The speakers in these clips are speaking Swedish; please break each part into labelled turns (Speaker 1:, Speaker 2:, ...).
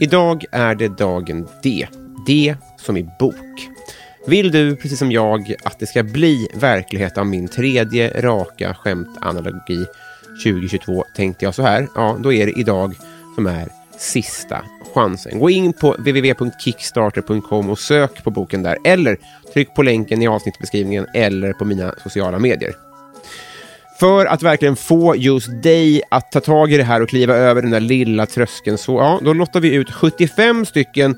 Speaker 1: Idag är det dagen D. D som i bok. Vill du, precis som jag, att det ska bli verklighet av min tredje raka skämtanalogi 2022 tänkte jag så här, ja då är det idag som är sista chansen. Gå in på www.kickstarter.com och sök på boken där eller tryck på länken i avsnittsbeskrivningen eller på mina sociala medier. För att verkligen få just dig att ta tag i det här och kliva över den där lilla tröskeln så ja, då lottar vi ut 75 stycken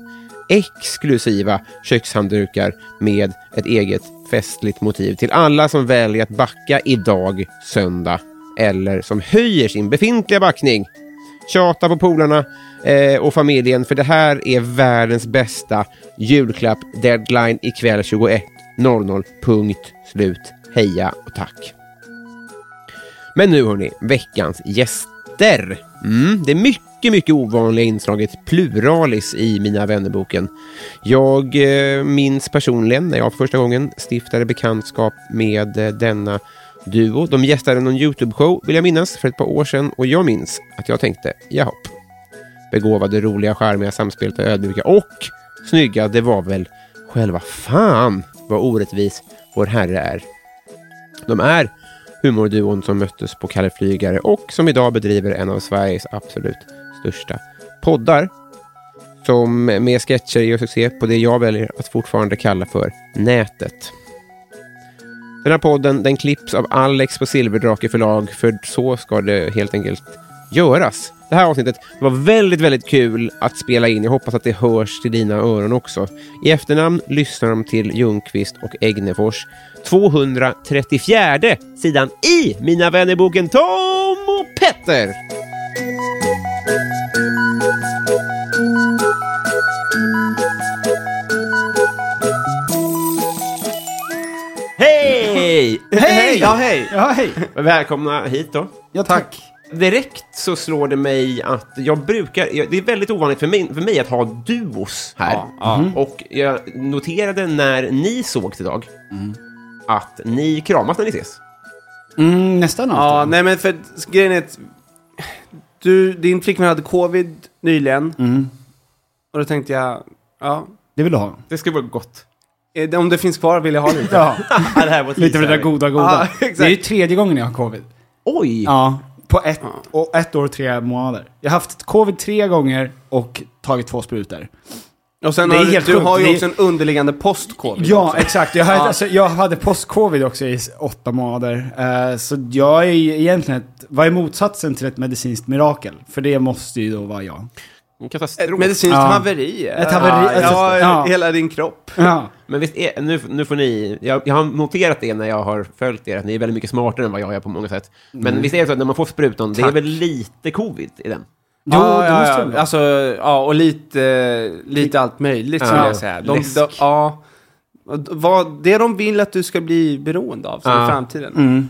Speaker 1: exklusiva kökshanddukar med ett eget festligt motiv till alla som väljer att backa idag söndag eller som höjer sin befintliga backning. Tjata på polarna eh, och familjen för det här är världens bästa julklapp. Deadline ikväll 21.00. Punkt slut. Heja och tack. Men nu hörni, veckans gäster. Mm, det är mycket, mycket ovanliga inslaget pluralis i Mina vännerboken. Jag eh, minns personligen när jag för första gången stiftade bekantskap med eh, denna duo. De gästade någon YouTube-show, vill jag minnas, för ett par år sedan och jag minns att jag tänkte, jahopp. Begåvade, roliga, charmiga, samspelta, ödmjuka och snygga, det var väl själva fan vad orättvis vår herre är. De är humorduon som möttes på Kalle Flygare och som idag bedriver en av Sveriges absolut största poddar. Som med sketcher gör succé på det jag väljer att fortfarande kalla för nätet. Den här podden den klipps av Alex på Silverdrake förlag för så ska det helt enkelt göras. Det här avsnittet det var väldigt, väldigt kul att spela in. Jag hoppas att det hörs till dina öron också. I efternamn lyssnar de till Ljungqvist och Egnefors. 234 sidan i Mina vännerboken Tom och Petter. Hej!
Speaker 2: Hej!
Speaker 1: Ja, hej!
Speaker 2: Ja, hej!
Speaker 1: Välkomna hit då.
Speaker 2: Ja, tack.
Speaker 1: Direkt så slår det mig att jag brukar, jag- det är väldigt ovanligt för mig, för mig att ha duos här.
Speaker 2: Ja, ja.
Speaker 1: Mhm. Och jag noterade när ni sågs idag att ni kramas när ni ses.
Speaker 2: Mm, nästan
Speaker 3: Ja,
Speaker 2: allt.
Speaker 3: nej men för att- grejen är att du, din flickvän hade covid nyligen.
Speaker 2: Mm.
Speaker 3: Och då tänkte jag, ja,
Speaker 2: Det vill du ha.
Speaker 1: Det skulle vara gott.
Speaker 3: eh, om det finns kvar vill jag ha lite.
Speaker 2: Ja,
Speaker 1: Ja, det här var ett
Speaker 2: lite av det där
Speaker 1: tidsärende.
Speaker 2: goda, goda.
Speaker 3: Ja, exakt.
Speaker 2: Det är ju tredje gången jag har covid.
Speaker 1: Oj!
Speaker 2: Ja, på ett, och ett år och tre månader. Jag har haft covid tre gånger och tagit två sprutor.
Speaker 3: Och sen
Speaker 2: Det är
Speaker 3: har du,
Speaker 2: helt
Speaker 3: du
Speaker 2: sjukt.
Speaker 3: har
Speaker 2: Det är-
Speaker 3: ju också en underliggande post-covid.
Speaker 2: Ja,
Speaker 3: också.
Speaker 2: exakt. Jag hade,
Speaker 3: Ja.
Speaker 2: alltså, jag hade post-covid också i s- åtta månader. Eh, så jag är ju egentligen ett, vad är motsatsen till ett medicinskt mirakel? För det måste ju då vara jag.
Speaker 1: En
Speaker 3: Ett
Speaker 1: katastrof. Men,
Speaker 3: medicinskt
Speaker 2: Ja.
Speaker 3: haveri.
Speaker 2: Ett haveri,
Speaker 3: Ja,
Speaker 2: ett- ja.
Speaker 3: ja, hela din kropp.
Speaker 2: Ja.
Speaker 1: visst är, nu, nu får ni, jag, jag har noterat det när jag har följt er, att ni är väldigt mycket smartare än vad jag är på många sätt. Men visst är det så att när man får sprutan, det är väl lite covid i den?
Speaker 2: Jo, det måste det vara.
Speaker 3: Alltså, ja, och lite, eh, lite allt möjligt skulle jag säga. De,
Speaker 1: Läsk.
Speaker 3: de, ja, Och d- vad, det de vill att du ska bli beroende av sen
Speaker 1: Ja.
Speaker 3: i framtiden.
Speaker 2: Mm.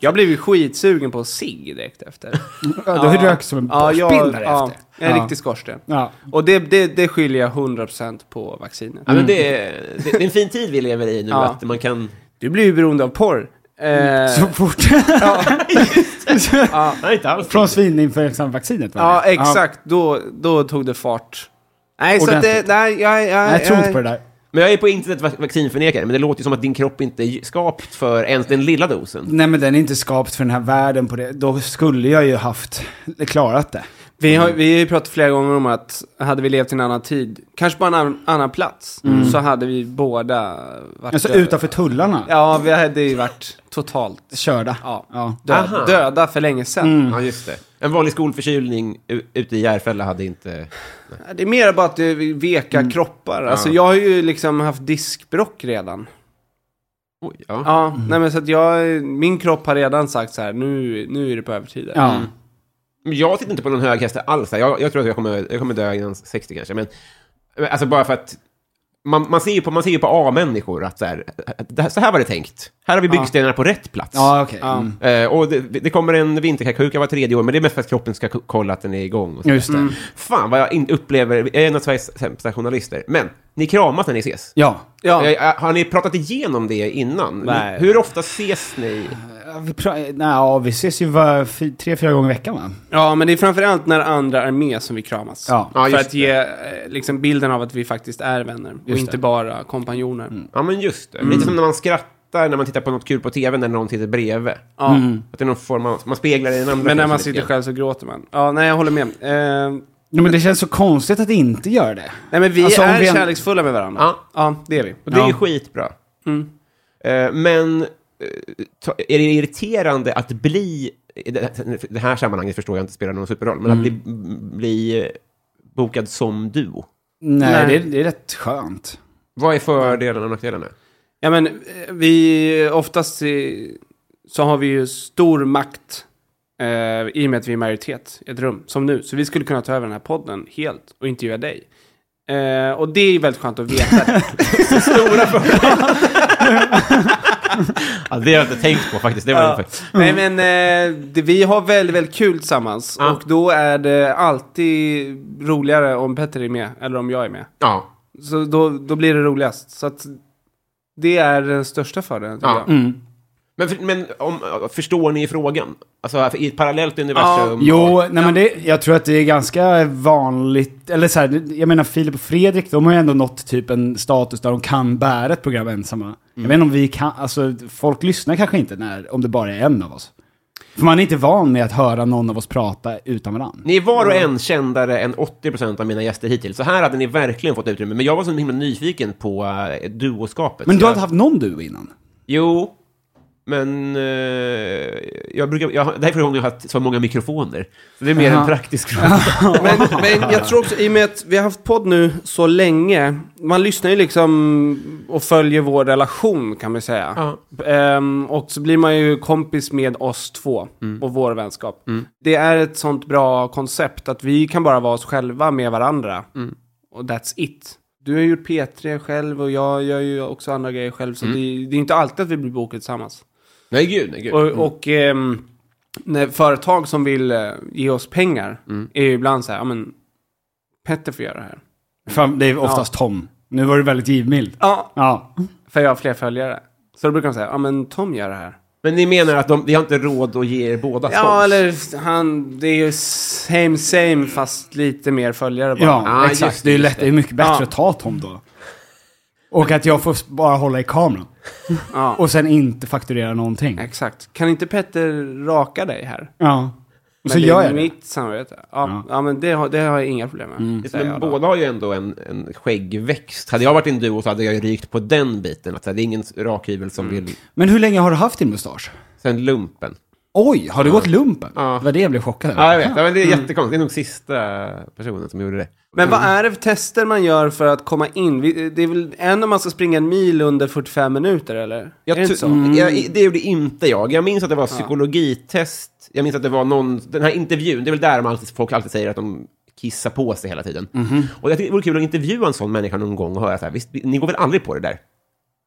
Speaker 3: Jag blev ju skitsugen på cigg direkt efter.
Speaker 2: Ja, du rök som en borstbindare
Speaker 3: ja,
Speaker 2: efter.
Speaker 3: En
Speaker 2: Ja.
Speaker 3: riktig skorsten.
Speaker 2: Ja.
Speaker 3: Och det, det, det skiljer jag 100% på vaccinet.
Speaker 2: Mm.
Speaker 1: Ja, men det, är- det, det är en fin tid vi lever i nu,
Speaker 3: Ja.
Speaker 1: att man kan...
Speaker 3: Du blir ju beroende av porr. Eh,
Speaker 2: Mm. Så fort.
Speaker 1: Nej, inte alls.
Speaker 2: Från svininfluensanvaccinet va?
Speaker 3: ja, exakt. Då, då tog det fart. Nej, så att
Speaker 2: Ordentligt.
Speaker 3: det, nej, jag, jag,
Speaker 2: Nej, jag tror inte på det där.
Speaker 1: Men jag är på intet sätt vac- vaccinförnekare, men det låter ju som att din kropp inte är skapt för ens den lilla dosen.
Speaker 2: Nej men den är inte skapt för den här världen på det. Då skulle jag ju haft klarat det.
Speaker 3: Vi har, vi har ju pratat flera gånger om att hade vi levt i en annan tid, kanske på en annan, annan plats, så hade vi båda varit
Speaker 2: Mm. Alltså
Speaker 3: döda.
Speaker 2: utanför tullarna.
Speaker 3: Ja, vi hade ju varit totalt
Speaker 2: Körda.
Speaker 3: ja,
Speaker 2: Ja.
Speaker 1: Aha.
Speaker 3: död, döda för länge sedan.
Speaker 2: Mm.
Speaker 1: Ja, just det. En vanlig skolförkylning u- ute i Järfälla hade inte...
Speaker 3: Det är mer bara att det är veka kroppar. Alltså jag har ju liksom haft diskbrock redan.
Speaker 1: Oj, ja.
Speaker 3: Ja, nej men så att jag, min kropp har redan sagt så här, nu, nu är det på övertiden.
Speaker 2: Ja.
Speaker 1: Men Jag sitter inte på någon hög häst alls. här. Jag, jag tror att jag kommer, jag kommer dö innan 60 kanske. Men, men alltså bara för att... Man, man, ser, ju på, man ser ju på A-människor att så här, att det här- så här var det tänkt. Här har vi byggstenar på rätt plats.
Speaker 2: Ja, okej. Mm.
Speaker 1: Eh, och det, det kommer en vinterkräksjuka var tredje år, men det är mest för att kroppen ska ko- kolla att den är igång. Och så.
Speaker 2: Just det.
Speaker 3: Mm.
Speaker 1: Fan vad jag in, upplever, jag är en av Sveriges sämsta journalister. Men, ni kramas när ni ses.
Speaker 2: Ja.
Speaker 3: Ja.
Speaker 1: Eh, eh, har ni pratat igenom det innan?
Speaker 3: Nej.
Speaker 1: Hur ofta ses ni?
Speaker 2: Vi, pra- nej, ja, vi ses ju var, fy- tre, fyra gånger i veckan va?
Speaker 3: Ja, men det är framförallt när andra är med som vi kramas.
Speaker 2: Ja.
Speaker 1: Ja,
Speaker 3: För
Speaker 1: just
Speaker 3: att ge eh, liksom, bilden av att vi faktiskt är vänner och inte bara kompanjoner.
Speaker 1: Ja, men just det.
Speaker 3: Mm.
Speaker 1: Lite som när man skrattar när man tittar på något kul på tv när någon sitter bredvid. Mm.
Speaker 3: Ja.
Speaker 1: Att det är någon form av, man speglar den andra.
Speaker 3: Men när man
Speaker 1: kanske
Speaker 3: sitter
Speaker 1: lite grann.
Speaker 3: själv så gråter man. Ja, nej jag håller med. Eh,
Speaker 2: Ja, men det känns så konstigt att inte göra det.
Speaker 3: nej men vi
Speaker 2: Alltså, om
Speaker 3: är
Speaker 2: vi en-
Speaker 3: kärleksfulla med varandra.
Speaker 1: Ja.
Speaker 3: det är vi.
Speaker 1: Och det är ju
Speaker 2: Ja.
Speaker 1: skitbra.
Speaker 3: Mm.
Speaker 1: Eh, men eh, ta- är det irriterande att bli, i det det här sammanhanget förstår jag inte spelar någon superroll, men att
Speaker 3: Mm.
Speaker 1: bli, bli eh, bokad som duo?
Speaker 2: Nej,
Speaker 3: Nej.
Speaker 2: Det, är, det är rätt skönt.
Speaker 1: Vad är fördelarna och nackdelarna?
Speaker 3: Ja men eh, vi, oftast eh, så har vi ju stor makt eh, i och med att vi är majoritet i ett rum, som nu. Så vi skulle kunna ta över den här podden helt och intervjua dig. Eh, och det är ju väldigt skönt att veta.
Speaker 1: Ja, det har jag inte tänkt på faktiskt. Det var
Speaker 3: Ja. Nej men eh, det, vi har väldigt, väldigt kul tillsammans.
Speaker 1: Ja.
Speaker 3: Och då är det alltid roligare om Petter är med, eller om jag är med.
Speaker 1: ja.
Speaker 3: Så då, då blir det roligast. Så att det är den största fördelen, tycker
Speaker 1: Ja. Mm.
Speaker 3: jag.
Speaker 1: Men, för- men om, förstår ni frågan? Alltså här, i ett parallellt universum?
Speaker 2: Jo, nej, men det, jag tror att det är ganska vanligt. Eller så här, det- jag menar Filip och Fredrik, de har ju ändå nått typ en status där de kan bära ett program ensamma. Jag vet inte om vi kan, alltså folk lyssnar kanske inte när, om det bara är en av oss. För man är inte van med att höra någon av oss prata utan varandra.
Speaker 1: Ni är var och en kändare än 80% av mina gäster hittills. Så här hade ni verkligen fått utrymme. Men jag var så himla nyfiken på äh, duoskapet.
Speaker 2: Men
Speaker 1: Så
Speaker 2: du
Speaker 1: jag-
Speaker 2: hade haft någon du innan?
Speaker 1: Jo, men eh, jag brukar... Jag, har- det här är första gången jag har haft så många mikrofoner. Så det är mer
Speaker 2: Aha.
Speaker 1: en praktisk fråga.
Speaker 3: Men, men jag tror också, i och med att vi har haft podd nu så länge, man lyssnar ju liksom och följer vår relation kan man säga.
Speaker 1: Ja.
Speaker 3: Ehm, och så blir man ju kompis med oss två och vår vänskap. Det är ett sånt bra koncept att vi kan bara vara oss själva med varandra. Och that's it. Du har gjort P3 själv och jag gör ju också andra grejer själv. Så det, det är inte alltid att vi blir bokade tillsammans.
Speaker 1: nej, gud, nej, gud.
Speaker 3: Och, och ehm, när företag som vill eh, ge oss pengar är ju ibland så här, ja men Petter får göra det här.
Speaker 2: Fan, det är oftast Tom. Nu var du väldigt givmild.
Speaker 3: Ja,
Speaker 2: Ja.
Speaker 3: för jag har fler följare. Så då brukar de säga, ja men Tom gör det här.
Speaker 1: Men ni menar att de, vi har inte råd att ge er båda
Speaker 3: Ja,
Speaker 1: spons?
Speaker 3: eller han, det är ju same same fast lite mer följare bara.
Speaker 2: Ja,
Speaker 1: Ah,
Speaker 2: exakt.
Speaker 1: just det,
Speaker 2: det, är
Speaker 1: just
Speaker 2: lätt, det är mycket bättre
Speaker 3: Ja.
Speaker 2: att ta Tom då. Och att jag får s- bara hålla i kameran.
Speaker 3: Ja.
Speaker 2: Och sen inte fakturera någonting.
Speaker 3: Exakt. Kan inte Petter raka dig här?
Speaker 2: Ja. Och
Speaker 3: Men
Speaker 2: så
Speaker 3: det
Speaker 2: gör
Speaker 3: är
Speaker 2: jag det.
Speaker 3: mitt samarbete. Ja, ja. men det har, det har jag inga problem med. säger
Speaker 1: Men
Speaker 3: jag då.
Speaker 1: båda har ju ändå en, en skäggväxt. Hade jag varit i en duo så hade jag ju rykt på den biten. Att så här, det är ingen rakhyvel som
Speaker 3: Mm.
Speaker 1: vill...
Speaker 2: Men hur länge har du haft din mustasch?
Speaker 1: Sen lumpen.
Speaker 2: Oj, har du gått lumpen?
Speaker 1: Ja.
Speaker 2: Det var det jag blev chockad över.
Speaker 1: Ja, jag vet. Ja, men det är
Speaker 3: Mm.
Speaker 1: jättekonstigt. Det är nog sista personen som gjorde det.
Speaker 3: Men vad
Speaker 2: Mm.
Speaker 3: är det för tester man gör för att komma in? Vi- Det är väl en om man ska springa en mil under 45 minuter eller?
Speaker 1: Jag
Speaker 3: är det
Speaker 1: tu-
Speaker 3: inte så?
Speaker 2: Mm.
Speaker 1: jag, det gjorde inte jag. Jag minns att det var psykologitest. Jag minns att det var någon... Den här intervjun, det är väl där man alltid, folk alltid säger att de kissar på sig hela tiden.
Speaker 3: Mhm.
Speaker 1: Och jag tycker det vore kul att intervjua en sån människa någon gång och höra så här, visst, ni går väl aldrig på det där?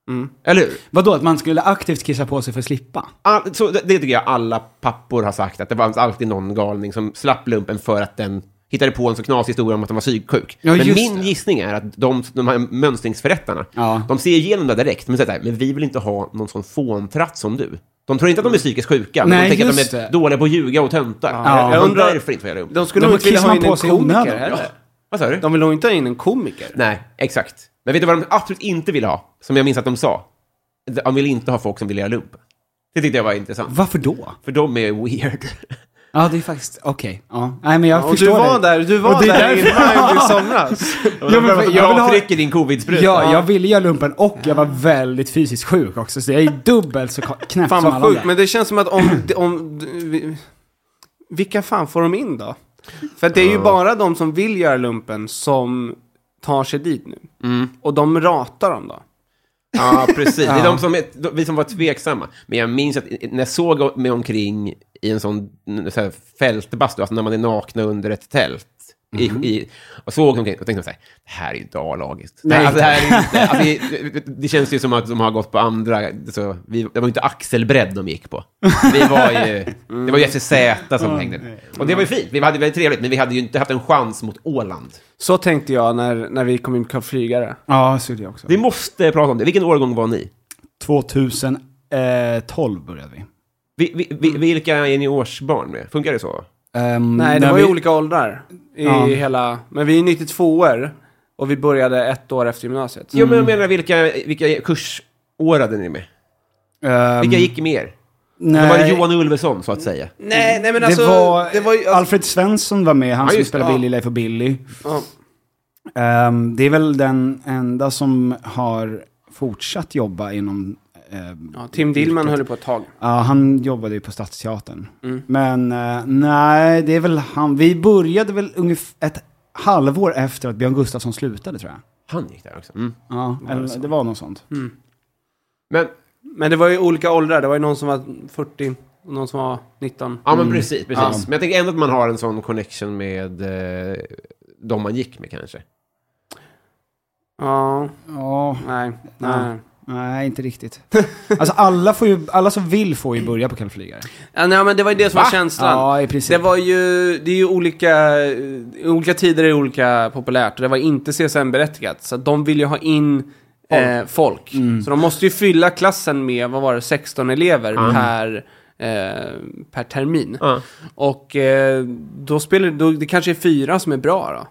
Speaker 3: Mm.
Speaker 1: Eller hur?
Speaker 2: Vadå, att man skulle aktivt kissa på sig för att slippa?
Speaker 1: All, så det, det tycker jag alla pappor har sagt, att det fanns alltid någon galning som slapp lumpen för att den hittade på en så knasig historia om att den var psyksjuk.
Speaker 2: Ja,
Speaker 1: men
Speaker 2: just
Speaker 1: min
Speaker 2: det.
Speaker 1: gissning är att de, de här mönstringsförrättarna,
Speaker 2: Ja.
Speaker 1: de ser igenom det direkt, men säger så här, men vi vill inte ha någon sån fåntratt som du. De tror inte att de är psykiskt sjuka, men
Speaker 2: Mm. Nej,
Speaker 1: de tänker att
Speaker 2: just
Speaker 1: de är
Speaker 2: det.
Speaker 1: dåliga på att ljuga och töntar.
Speaker 3: Ja.
Speaker 1: Ja.
Speaker 3: Jag
Speaker 1: Jag
Speaker 3: undrar-
Speaker 1: undrar därför inte får jag lumpen.
Speaker 3: De skulle
Speaker 2: Ja,
Speaker 3: nog
Speaker 2: men
Speaker 3: inte vilja
Speaker 2: kissar
Speaker 3: ha
Speaker 2: man
Speaker 3: in
Speaker 2: på
Speaker 3: en
Speaker 2: sig i
Speaker 3: komiker
Speaker 2: onödan?
Speaker 3: heller.
Speaker 1: Vad sa du?
Speaker 3: De vill nog inte ha in en komiker.
Speaker 1: Nej, exakt. Men vet du vad de absolut inte ville ha? Som jag minns att de sa. De vill inte ha folk som vill göra lumpen. Det tyckte jag var intressant.
Speaker 2: Varför då?
Speaker 1: För de är weird.
Speaker 2: Ja, det är faktiskt, okej. Ja. Nej, men jag
Speaker 3: och du
Speaker 2: förstår
Speaker 3: var
Speaker 2: dig.
Speaker 3: där, du var
Speaker 2: Och det är
Speaker 3: där
Speaker 2: därför-
Speaker 3: innan i somras.
Speaker 2: Ja, men för- jag vill ha-
Speaker 1: i din covid-spruta.
Speaker 2: Ja, jag ville göra lumpen och jag var väldigt fysiskt sjuk också. Så jag är dubbelt så ka- knäpp
Speaker 3: Fan
Speaker 2: som alla
Speaker 3: vad sjukt,
Speaker 2: andra.
Speaker 3: men det känns som att om... om vi- vilka fan får de in då? För att det är ju bara de som vill göra lumpen som tar sig dit nu.
Speaker 2: Mm.
Speaker 3: Och de ratar dem då.
Speaker 1: Ja, precis. Det är de som är, de, vi som var tveksamma. Men jag minns att när jag såg mig omkring i en sån så här, fältbastu, alltså när man är nakna under ett tält, i,
Speaker 2: Mhm.
Speaker 1: i, och såg omkring, och tänkte så här, det här är ju dagiskt. Det, här- alltså, det, här är inte, alltså, det, det- det känns ju som att de har gått på andra, så vi, det var ju inte axelbredd de gick på. Vi var ju, det var ju FCZ
Speaker 2: Mm.
Speaker 1: som hängde. Och det var ju fint, vi hade väldigt trevligt, men vi hade ju inte haft en chans mot Åland.
Speaker 3: Så tänkte jag när, när vi kom in på flygare.
Speaker 2: Ja, så gjorde jag också.
Speaker 1: Vi måste prata om det, vilken årgång var ni?
Speaker 2: 2012 eh, började vi.
Speaker 1: Vi, vi,
Speaker 3: Mm.
Speaker 1: vi, vilka är ni årsbarn med? Funkar det så?
Speaker 2: Ehm,
Speaker 3: Nej, det
Speaker 2: när
Speaker 3: var ju
Speaker 2: vi-
Speaker 3: olika åldrar. I
Speaker 2: Ja.
Speaker 3: hela... Men vi är 92-er. Och vi började ett år efter gymnasiet.
Speaker 1: Jo, men jag menar vilka, vilka kursår hade ni med?
Speaker 3: Um,
Speaker 2: ehm,
Speaker 1: Vilka gick med er?
Speaker 2: nej,
Speaker 1: Det var det Johan Ulveson, så att säga.
Speaker 3: Nej, nej men
Speaker 2: det
Speaker 3: alltså...
Speaker 2: var,
Speaker 3: det var ju, alltså
Speaker 2: Alfred Svensson var med, han
Speaker 1: Ja,
Speaker 2: som
Speaker 1: just det,
Speaker 2: spelade
Speaker 1: ja.
Speaker 2: Billy, Leif och Billy.
Speaker 3: ja.
Speaker 2: Ehm, det är väl den enda som har fortsatt jobba inom... ehm,
Speaker 3: Ja, Tim Dillman höll ju på ett tag.
Speaker 2: Ja, han jobbade ju på Stadsteatern.
Speaker 3: Mm.
Speaker 2: Men eh, nej, det är väl han. Vi började väl ungefär ett halvår efter att Björn Gustafsson slutade tror jag.
Speaker 1: Han gick där också. Mm.
Speaker 2: Ja, eller, det var något sånt.
Speaker 1: Men,
Speaker 3: Men det var ju olika åldrar. Det var ju någon som var 40 och någon som var 19.
Speaker 1: ja, men precis. precis.
Speaker 2: Ja.
Speaker 1: Men jag tänker ändå att man har en sån connection med eh, de man gick med kanske.
Speaker 3: Ja,
Speaker 2: Ja,
Speaker 3: nej.
Speaker 2: Ja.
Speaker 3: nej.
Speaker 2: nej inte riktigt. Alltså alla, får ju, alla som vill får ju börja på Kallflygare.
Speaker 3: Ja, nej, men det var ju det som var känslan.
Speaker 2: Ja, i princip.
Speaker 3: Det var ju, det är ju olika, i olika tider är det olika populärt och det var inte CSN-berättigat. Så att de vill ju ha in eh, folk.
Speaker 1: Mm.
Speaker 3: Så de måste ju fylla klassen med, vad var det, 16 elever per, eh, per termin.
Speaker 1: Ja.
Speaker 3: Och eh, då spelar då, det kanske är fyra som är bra då.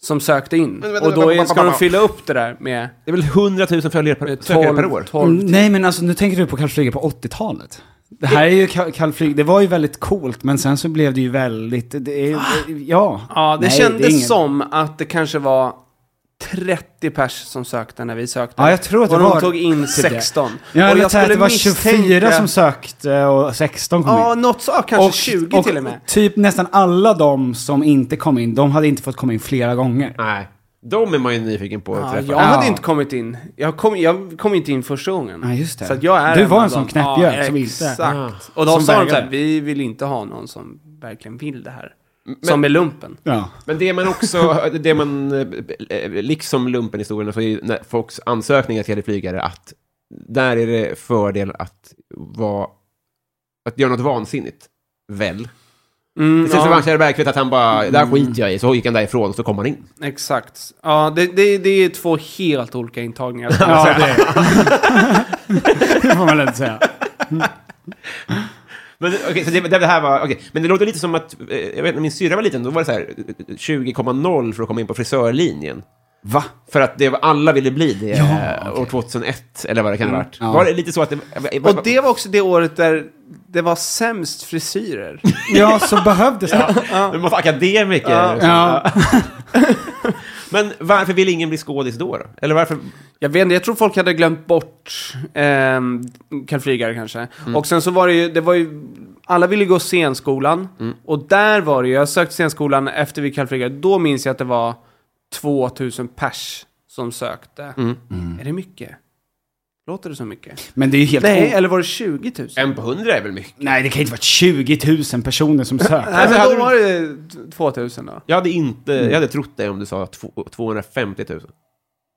Speaker 3: Som sökte in.
Speaker 1: Men vänta,
Speaker 3: och då
Speaker 1: vänta,
Speaker 3: är,
Speaker 1: vänta,
Speaker 3: ska de
Speaker 1: vänta.
Speaker 3: fylla upp det där med,
Speaker 1: Det är väl 100 000 följare per,
Speaker 3: med
Speaker 1: sökare
Speaker 3: 12,
Speaker 1: per år?
Speaker 3: 12
Speaker 2: Mm, Nej men alltså nu tänker du på Kallflygare på 80-talet. Det här är ju Kall- Kallflyg, det var ju väldigt coolt men sen så blev det ju väldigt, det är, ja.
Speaker 3: Ja,
Speaker 2: Nej,
Speaker 3: det
Speaker 2: är
Speaker 3: kändes
Speaker 2: inget-
Speaker 3: som att det kanske var 30 pers som sökte när vi sökte.
Speaker 2: Ja, jag tror att
Speaker 3: och
Speaker 2: det
Speaker 3: de
Speaker 2: var-
Speaker 3: tog in 16.
Speaker 2: Jag
Speaker 3: och
Speaker 2: hade läst att det var 24 som
Speaker 3: sökte.
Speaker 2: sökte och 16 kom
Speaker 3: Ja,
Speaker 2: in.
Speaker 3: något så, kanske 20 till och med.
Speaker 2: typ nästan alla de som inte kom in, de hade inte fått komma in flera gånger.
Speaker 1: Nej, de är man ju nyfiken på att
Speaker 3: Ja,
Speaker 1: träffa.
Speaker 3: jag hade inte kommit in. Jag kom, jag kom inte in första gången.
Speaker 2: Ja, just det.
Speaker 3: Så att jag är
Speaker 2: Du
Speaker 3: en
Speaker 2: var
Speaker 3: av
Speaker 2: en sån
Speaker 3: dem.
Speaker 2: knäppjök som inte-
Speaker 3: Exakt.
Speaker 1: Ah.
Speaker 3: Och då
Speaker 2: Som
Speaker 3: sa de så här,
Speaker 2: vägrade.
Speaker 3: vi vill inte ha någon som verkligen vill det här. som är lumpen.
Speaker 2: Ja.
Speaker 1: Men det man också, det man, eh, eh, liksom lumpenhistorierna, så är ju när folks ansökningar till flygare att där är det fördel att vara, att göra något vansinnigt. Väl?
Speaker 3: Mm,
Speaker 1: Det känns som
Speaker 3: ja.
Speaker 1: Kjell Bergqvist att han bara, det här skiter jag i, så gick han därifrån och så kom han in.
Speaker 3: Exakt. Ja, det, det, det är två helt olika intagningar.
Speaker 2: Ja, det, det får man väl inte säga.
Speaker 1: Men, okej, så det, det här var, okej. men det låter lite som att, eh, jag vet när min syrra var liten, då var det så här eh, 20,0 för att komma in på frisörlinjen.
Speaker 2: Va?
Speaker 1: För att det var, alla ville bli det
Speaker 2: Ja,
Speaker 1: eh,
Speaker 2: okej.
Speaker 1: år 2001, eller vad det kan ha varit.
Speaker 2: ja.
Speaker 1: Var det lite så att Mm, det...
Speaker 3: Och det var också det året där det var sämst frisyrer.
Speaker 2: Ja, så behövdes det.
Speaker 1: Du måste akademiker. och så.
Speaker 2: Ja.
Speaker 1: Men varför vill ingen bli skådis då? då? Eller varför?
Speaker 3: Jag vet inte, jag tror folk hade glömt bort eh, Karlflygare kanske. Och sen så var det ju, det var ju, alla ville gå scenskolan. Och där var det ju, jag sökte scenskolan efter vi Karlflygare, då minns jag att det var 2000 pers som sökte. Är det mycket? Låter det så mycket?
Speaker 2: Men det är ju helt...
Speaker 3: Nej,
Speaker 2: Nej,
Speaker 3: eller var det 20 000?
Speaker 1: En på hundra är väl mycket?
Speaker 2: Nej det kan ju inte vara 20 000 personer som sökte.
Speaker 3: Nej, men
Speaker 1: hade
Speaker 3: då
Speaker 1: du-
Speaker 3: var det 2000 då.
Speaker 1: Jag hade, inte,
Speaker 2: Mm.
Speaker 1: jag hade trott dig om du sa två- 250 000.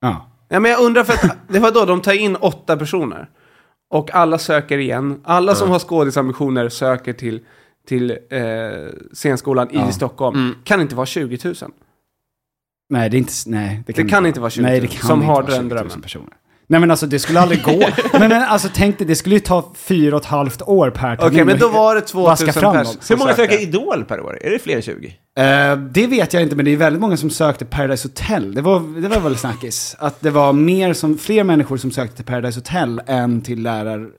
Speaker 2: Ja.
Speaker 3: Ja, men jag undrar för att det var då de tar in åtta personer. Och alla söker igen. Alla som har skådisambitioner söker till, till eh, scenskolan i Stockholm. Kan inte vara 20 000.
Speaker 2: Nej, det är inte... Nej, det kan,
Speaker 3: kan inte vara 20 000
Speaker 2: Nej, det kan
Speaker 3: som
Speaker 2: inte
Speaker 3: har
Speaker 2: vara
Speaker 3: den
Speaker 2: 20 000
Speaker 3: drömmen.
Speaker 2: personer. Nej men alltså det skulle aldrig gå. Men, men alltså tänk dig, det skulle ju ta fyra och ett halvt år per
Speaker 3: Okej, men då var det 2 000
Speaker 2: Vaska fram
Speaker 3: pers.
Speaker 2: dem.
Speaker 3: som
Speaker 1: Hur många
Speaker 3: söker.
Speaker 1: söker Idol per år? Är det fler än 20?
Speaker 2: Eh, det vet jag inte, men det är väldigt många som sökte Paradise Hotel. Det var, det var väl snackis. Att det var mer som, fler människor som sökte till Paradise Hotel än till lärar,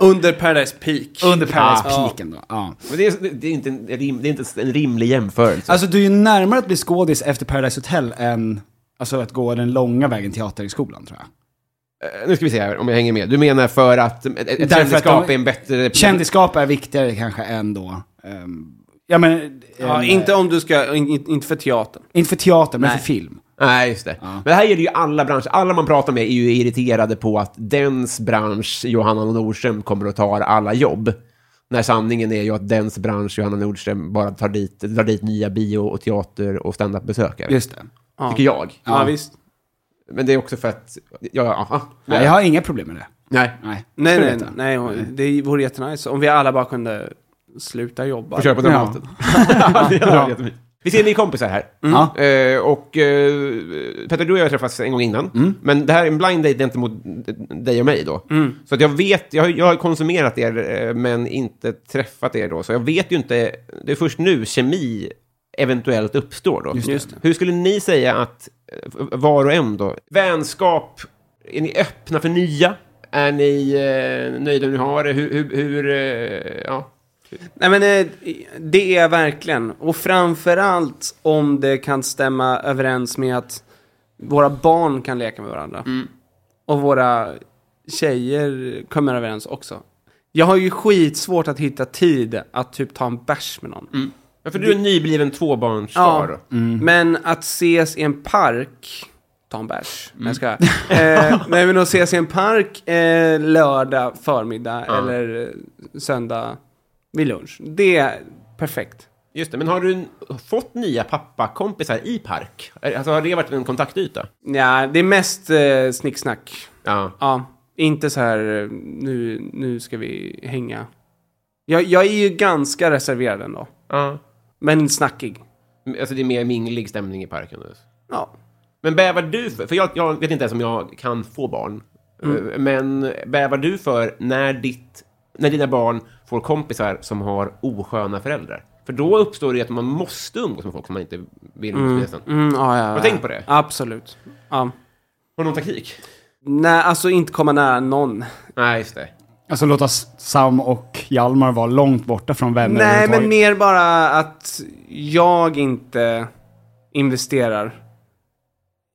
Speaker 3: Under Paradise Peak.
Speaker 2: Under Paradise Peak ändå. Ja.
Speaker 1: Men det, är, det, är inte en rim, det är inte en rimlig jämförelse.
Speaker 2: Alltså du är ju närmare att bli skådis efter Paradise Hotel än alltså, att gå den långa vägen teaterhögskolan tror jag.
Speaker 1: Eh, nu ska vi se här om jag hänger med. Du menar för att ett, ett
Speaker 2: Därför att
Speaker 1: kändisskap
Speaker 2: de-
Speaker 1: är en bättre...
Speaker 2: Kändisskap är viktigare kanske än då... ehm, ja men... ehm,
Speaker 3: Ja, inte om du ska, in, in- inte för teatern.
Speaker 2: inte för teater, men
Speaker 3: Nej.
Speaker 2: för film.
Speaker 1: Nej, just det. Men här är det ju alla branscher. Alla man pratar med är ju irriterade på att dens bransch, Johanna Nordström, kommer och tar alla jobb. När sanningen är ju att dens bransch, Johanna Nordström, bara tar dit, drar dit nya bio och teater och standup-besökare.
Speaker 2: Just det.
Speaker 3: Ja.
Speaker 1: Tycker jag.
Speaker 3: Ja, visst.
Speaker 1: Men det är också för att... Ja, ja, aha.
Speaker 2: Nej, jag har inga problem med det.
Speaker 1: Nej.
Speaker 2: Nej,
Speaker 3: Nej,
Speaker 2: ska du
Speaker 3: nej,
Speaker 2: veta.
Speaker 3: nej, nej. Det vore jättenice om vi alla bara kunde sluta jobba.
Speaker 1: Får köra på Dramaten. Det hade varit jättemysigt. Vi ser en ny kompisar här.
Speaker 2: Ja.
Speaker 1: Eh, och eh, Petter, du och jag har träffats en gång innan.
Speaker 2: Mm.
Speaker 1: Men det här är en blind date gentemot dig och mig då. Så att jag vet, jag, har- jag har konsumerat er eh, men inte träffat er då. Så jag vet ju inte, det är först nu kemi eventuellt uppstår då.
Speaker 2: Just det. Just
Speaker 1: Hur skulle ni säga att eh, var och en då, vänskap, är ni öppna för nya? Är ni eh, nöjda med hur ni har det? Hur, hur, hur eh, ja.
Speaker 3: Nej men eh, det är verkligen. Och framförallt om det kan stämma överens med att våra barn kan leka med varandra. Och våra tjejer kommer överens också. Jag har ju skitsvårt att hitta tid att typ ta en bärs med någon.
Speaker 1: Ja, för du är en nybliven tvåbarnsfar.
Speaker 3: Ja, men att ses i en park... Ta en bärs.
Speaker 1: Mm.
Speaker 3: Nej, Jag ska. Eh, nej, men att ses i en park eh, lördag förmiddag eller eh, söndag vid lunch. Det är perfekt.
Speaker 1: Just det, men har du n- fått nya pappakompisar i park? Alltså har det varit en kontaktyta?
Speaker 3: Ja, det är mest eh, snicksnack.
Speaker 1: Ja.
Speaker 3: Ja, inte så här eh, nu, nu ska vi hänga. Jag, jag är ju ganska reserverad ändå,
Speaker 1: ja.
Speaker 3: men snackig.
Speaker 1: Alltså det är mer minglig stämning i parken.
Speaker 3: Ja.
Speaker 1: Men bävar du för, för jag, jag vet inte ens om jag kan få barn,
Speaker 3: Mm.
Speaker 1: Eh, men bävar du för när, ditt, när dina barn får kompisar som har osköna föräldrar? För då uppstår det ju att man måste umgås med folk som man inte vill umgås med nästan.
Speaker 3: Mm, ja, ja, ja.
Speaker 1: Har du tänkt på det?
Speaker 3: Absolut. Ja.
Speaker 1: Har du någon taktik?
Speaker 3: Nej, alltså inte komma nära någon.
Speaker 1: Nej, just det.
Speaker 2: Alltså låta S- Sam och Hjalmar vara långt borta från vänner
Speaker 3: Nej, men
Speaker 2: överhuvudtaget.
Speaker 3: mer bara att jag inte investerar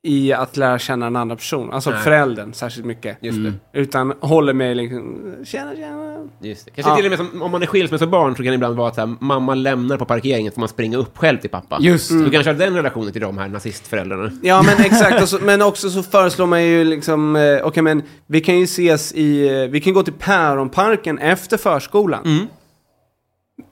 Speaker 3: i att lära känna den andra personen, alltså
Speaker 1: Nej.
Speaker 3: föräldern särskilt mycket. Mm.
Speaker 1: Just det.
Speaker 3: Utan håller mig liksom, tjena tjena.
Speaker 1: Just det. Kanske
Speaker 3: Ja.
Speaker 1: till och med som, om man är skilsmässobarn så kan det ibland vara att så här, mamma lämnar på parkeringen så får man springa upp själv till pappa.
Speaker 2: Just Mm.
Speaker 1: Du kanske har den relationen till de här nazistföräldrarna.
Speaker 3: Ja men exakt, och så, men också så föreslår man ju liksom, eh, okej men vi kan ju ses i, eh, vi kan gå till Päronparken efter förskolan.
Speaker 1: Mm.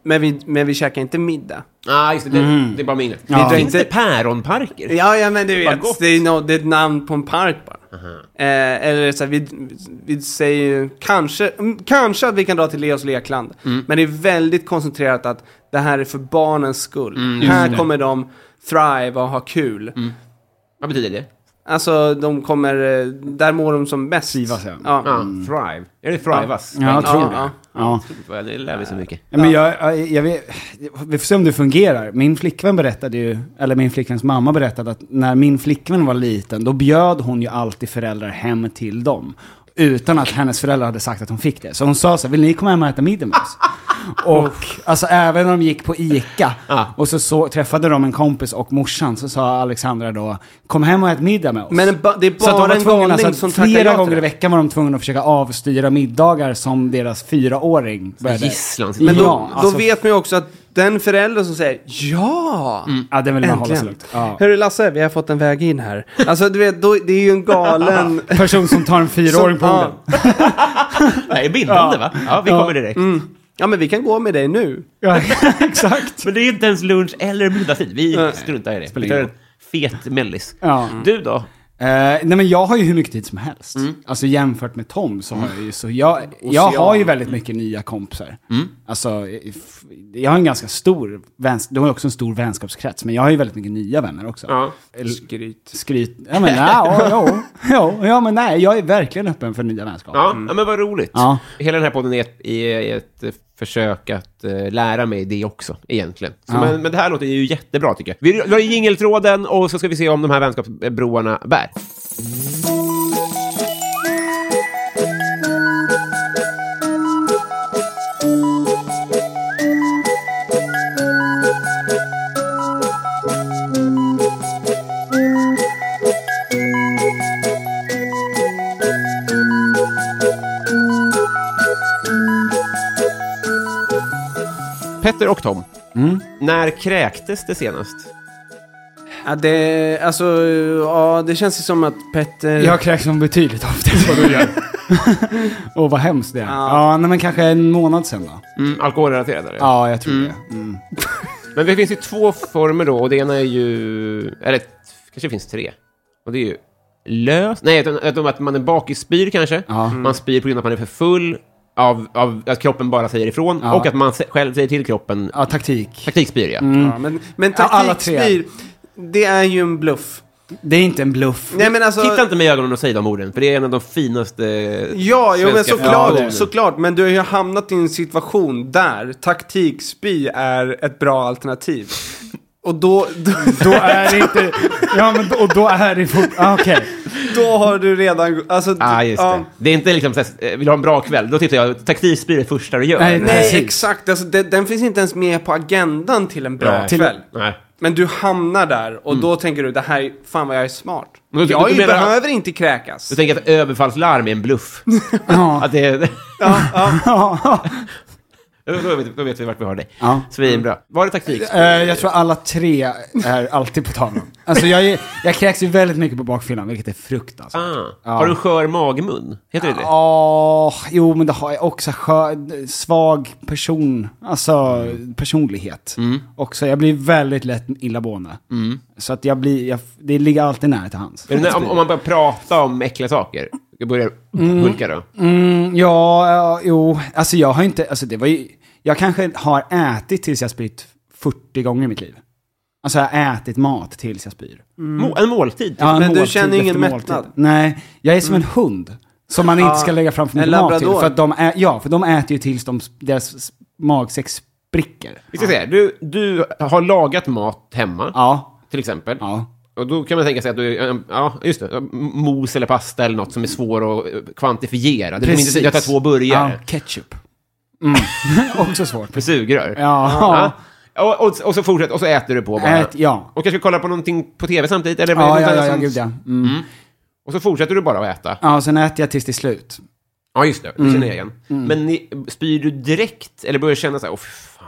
Speaker 3: Men, vi, men vi käkar inte middag.
Speaker 1: ah, just det. Det, det är bara minnet.
Speaker 2: Mm. Ja.
Speaker 1: Det finns det päronparker?
Speaker 3: Ja, ja men du
Speaker 1: Vad
Speaker 3: vet,
Speaker 1: gott.
Speaker 3: det är, no, det är ett namn på en park bara. Eh, eller så här, vi, vi säger ju kanske, mm, kanske att vi kan dra till Leos lekland. Men det är väldigt koncentrerat att det här är för barnens skull. här kommer de thrive och ha kul.
Speaker 1: Vad betyder det?
Speaker 3: Alltså de kommer, eh, där mår de som bäst.
Speaker 2: Trivas, ja.
Speaker 3: ja.
Speaker 1: Ah, thrive. Är det thrivas?
Speaker 2: Mm. Ja, jag tror
Speaker 3: Ja,
Speaker 2: det.
Speaker 3: ja.
Speaker 2: Ja. Ja.
Speaker 1: Det lär vi så mycket.
Speaker 2: men jag, jag, jag vet, vi får se om det fungerar. Min flickvän berättade ju, eller min flickväns mamma berättade att när min flickvän var liten, då bjöd hon ju alltid föräldrar hem till dem. Utan att hennes föräldrar hade sagt att hon fick det. Så hon sa så här, vill ni komma hem och äta middag med oss? Och alltså även när de gick på ICA och så, så träffade de en kompis och morsan så sa Alexandra då kom hem och ät middag med oss.
Speaker 3: Men ba- det är
Speaker 2: så att de
Speaker 3: bara
Speaker 2: var
Speaker 3: en
Speaker 2: tvungna,
Speaker 3: galning
Speaker 2: alltså,
Speaker 3: som tackar ja
Speaker 2: Flera
Speaker 3: till
Speaker 2: gånger
Speaker 3: det.
Speaker 2: i veckan var de tvungna att försöka avstyra middagar som deras fyraåring började.
Speaker 1: Gisslan.
Speaker 3: Men då,
Speaker 2: Ja, alltså-
Speaker 3: då vet man ju också att den förälder som säger ja,
Speaker 2: Ja, den vill man hålla så
Speaker 3: äntligen.
Speaker 2: långt. Ja.
Speaker 3: Hörru Lasse, vi har fått en väg in här. Alltså du vet, då, det är ju en galen...
Speaker 2: Person som tar en fyraåring på
Speaker 3: Som-
Speaker 2: orden.
Speaker 1: Det här är bindande, va? Ja, vi kommer direkt.
Speaker 2: Mm.
Speaker 3: Ja men vi kan gå med dig nu.
Speaker 2: Ja, exakt.
Speaker 1: Men det är inte ens lunch eller middagstid. Vi struntar i det. Vi tar en fet mellis.
Speaker 2: Ja.
Speaker 1: Du då?
Speaker 2: Eh, nej men jag har ju hur mycket tid som helst. Alltså jämfört med Tom så har jag ju så, jag, jag har ju väldigt mycket nya kompisar. Alltså, if- jag har en ganska stor, väns- de har ju också en stor vänskapskrets, men jag har ju väldigt mycket nya vänner också.
Speaker 1: Ja.
Speaker 3: Skryt.
Speaker 2: Skryt, ja men nej, ja, ja, ja, men nej, jag är verkligen öppen för nya vänskaper.
Speaker 1: Ja, ja men vad roligt.
Speaker 2: Ja.
Speaker 1: Hela den här podden är ett, är ett eh, försök att eh, lära mig det också, egentligen. Så, men, men det här låter ju jättebra, tycker jag. Vi drar i jingeltråden och så ska vi se om de här vänskapsbroarna bär. Petter och Tom.
Speaker 2: Mm.
Speaker 1: När kräktes det senast?
Speaker 3: Ja, det, alltså, ja, det känns ju som att Petter...
Speaker 2: Jag kräks nog betydligt oftare än vad du gör. Åh, vad hemskt det är.
Speaker 3: Ja.
Speaker 2: Ja, nej, men kanske en månad sen då.
Speaker 1: Mm, alkoholrelaterad är det.
Speaker 2: Ja, jag tror det. Mm.
Speaker 1: Men det finns ju två former då och det ena är ju... Eller kanske finns tre. Och det är ju lös... Nej, utan, utan att man är bakisspyr kanske.
Speaker 2: Ja.
Speaker 1: Man spyr på grund av att man är för full. Av, av att kroppen bara säger ifrån.
Speaker 2: Ja.
Speaker 1: Och att man se, själv säger till kroppen.
Speaker 2: Ja, taktik.
Speaker 1: Taktikspyr, ja.
Speaker 3: Ja, men men
Speaker 2: Ja, alla tre.
Speaker 3: taktikspyr, det är ju en bluff.
Speaker 2: Det är inte en bluff.
Speaker 3: Nej men alltså...
Speaker 1: Titta inte mig i ögonen och säg de orden, för det är en av de finaste
Speaker 3: Ja, jo, men
Speaker 1: svenska
Speaker 3: såklart,
Speaker 1: orden.
Speaker 3: såklart. Men du har ju hamnat i en situation där taktikspy är ett bra alternativ. Och då, då,
Speaker 2: Då är det inte... Ja, men då, och då är det fort... Ah, Okej.
Speaker 3: då har du redan... Alltså,
Speaker 1: Ja, ah, just det. Det är inte liksom såhär, eh, vill du ha en bra kväll? Då tittar jag, taktikspyr är det första du gör.
Speaker 2: Nej,
Speaker 3: Nej,
Speaker 2: Precis.
Speaker 3: exakt. Alltså, det, den finns inte ens med på agendan till en bra
Speaker 1: Nej.
Speaker 3: kväll.
Speaker 1: Nej.
Speaker 3: Men du hamnar där
Speaker 2: Mm.
Speaker 3: och då tänker du, det här är, fan vad jag är smart.
Speaker 1: Men du-
Speaker 3: jag
Speaker 1: du
Speaker 3: ju
Speaker 1: menar-
Speaker 3: behöver inte kräkas.
Speaker 1: Du tänker att överfallslarm är en bluff?
Speaker 2: Ja.
Speaker 1: att det,
Speaker 2: Ja.
Speaker 1: då, då, vet, då vet vi vart vi har dig.
Speaker 2: Ja.
Speaker 1: Svinbra. Var det taktikspyr?
Speaker 2: Eh, jag tror alla tre är alltid på tavlan. Alltså jag, är- jag kräks ju väldigt mycket på bakfyllan, vilket är alltså. fruktansvärt.
Speaker 1: Ah. Har du en skör magmun? Heter det det?
Speaker 2: Ja, jo men det har jag också. Skö- Svag person, alltså personlighet.
Speaker 1: Mm.
Speaker 2: Också, jag blir väldigt lätt illamående. Så att jag blir, jag, det ligger alltid nära till hands.
Speaker 1: Är det när- om, om man börjar prata om äckliga saker, jag börjar hulka då?
Speaker 2: Mm, ja, ja, jo, alltså jag har inte, alltså det var ju, jag kanske har ätit tills jag spytt 40 gånger i mitt liv. Alltså jag har ätit mat tills jag spyr.
Speaker 1: Må, en måltid?
Speaker 2: Mm.
Speaker 1: typ.
Speaker 2: Ja, en
Speaker 3: Men du
Speaker 2: måltid
Speaker 3: känner
Speaker 2: efter
Speaker 3: ingen
Speaker 2: måltid.
Speaker 3: mättnad?
Speaker 2: Nej, jag är som en hund. Som man inte ska lägga fram för
Speaker 3: en
Speaker 2: mycket mat till.
Speaker 3: labrador.
Speaker 2: För att de ä- ja, för de äter ju tills de, deras s- magsäck spricker.
Speaker 1: Vi ska säga, du, du har lagat mat hemma,
Speaker 2: Ja,
Speaker 1: till exempel.
Speaker 2: ja.
Speaker 1: Och då kan man tänka sig att du, eh, ja just det, mos eller pasta eller något som är svår att eh, kvantifiera. Det är inte, jag tar två burgare.
Speaker 2: Ja, ketchup. Mm. Också svårt.
Speaker 1: Med sugrör.
Speaker 2: Ja.
Speaker 1: Ja. Och, och, och så fortsätter, och så äter du på bara.
Speaker 2: Ät, ja.
Speaker 1: Och kanske kollar på någonting på tv samtidigt, eller
Speaker 2: Ja,
Speaker 1: något
Speaker 2: ja,
Speaker 1: annat
Speaker 2: ja, ja,
Speaker 1: som-
Speaker 2: gud ja. Mm.
Speaker 1: Och så fortsätter du bara att äta. Mm.
Speaker 2: Ja, och sen äter jag tills det är slut.
Speaker 1: Ja, just det, det känner jag igen. Men ni, spyr du direkt, eller börjar känna så här, åh fy fan.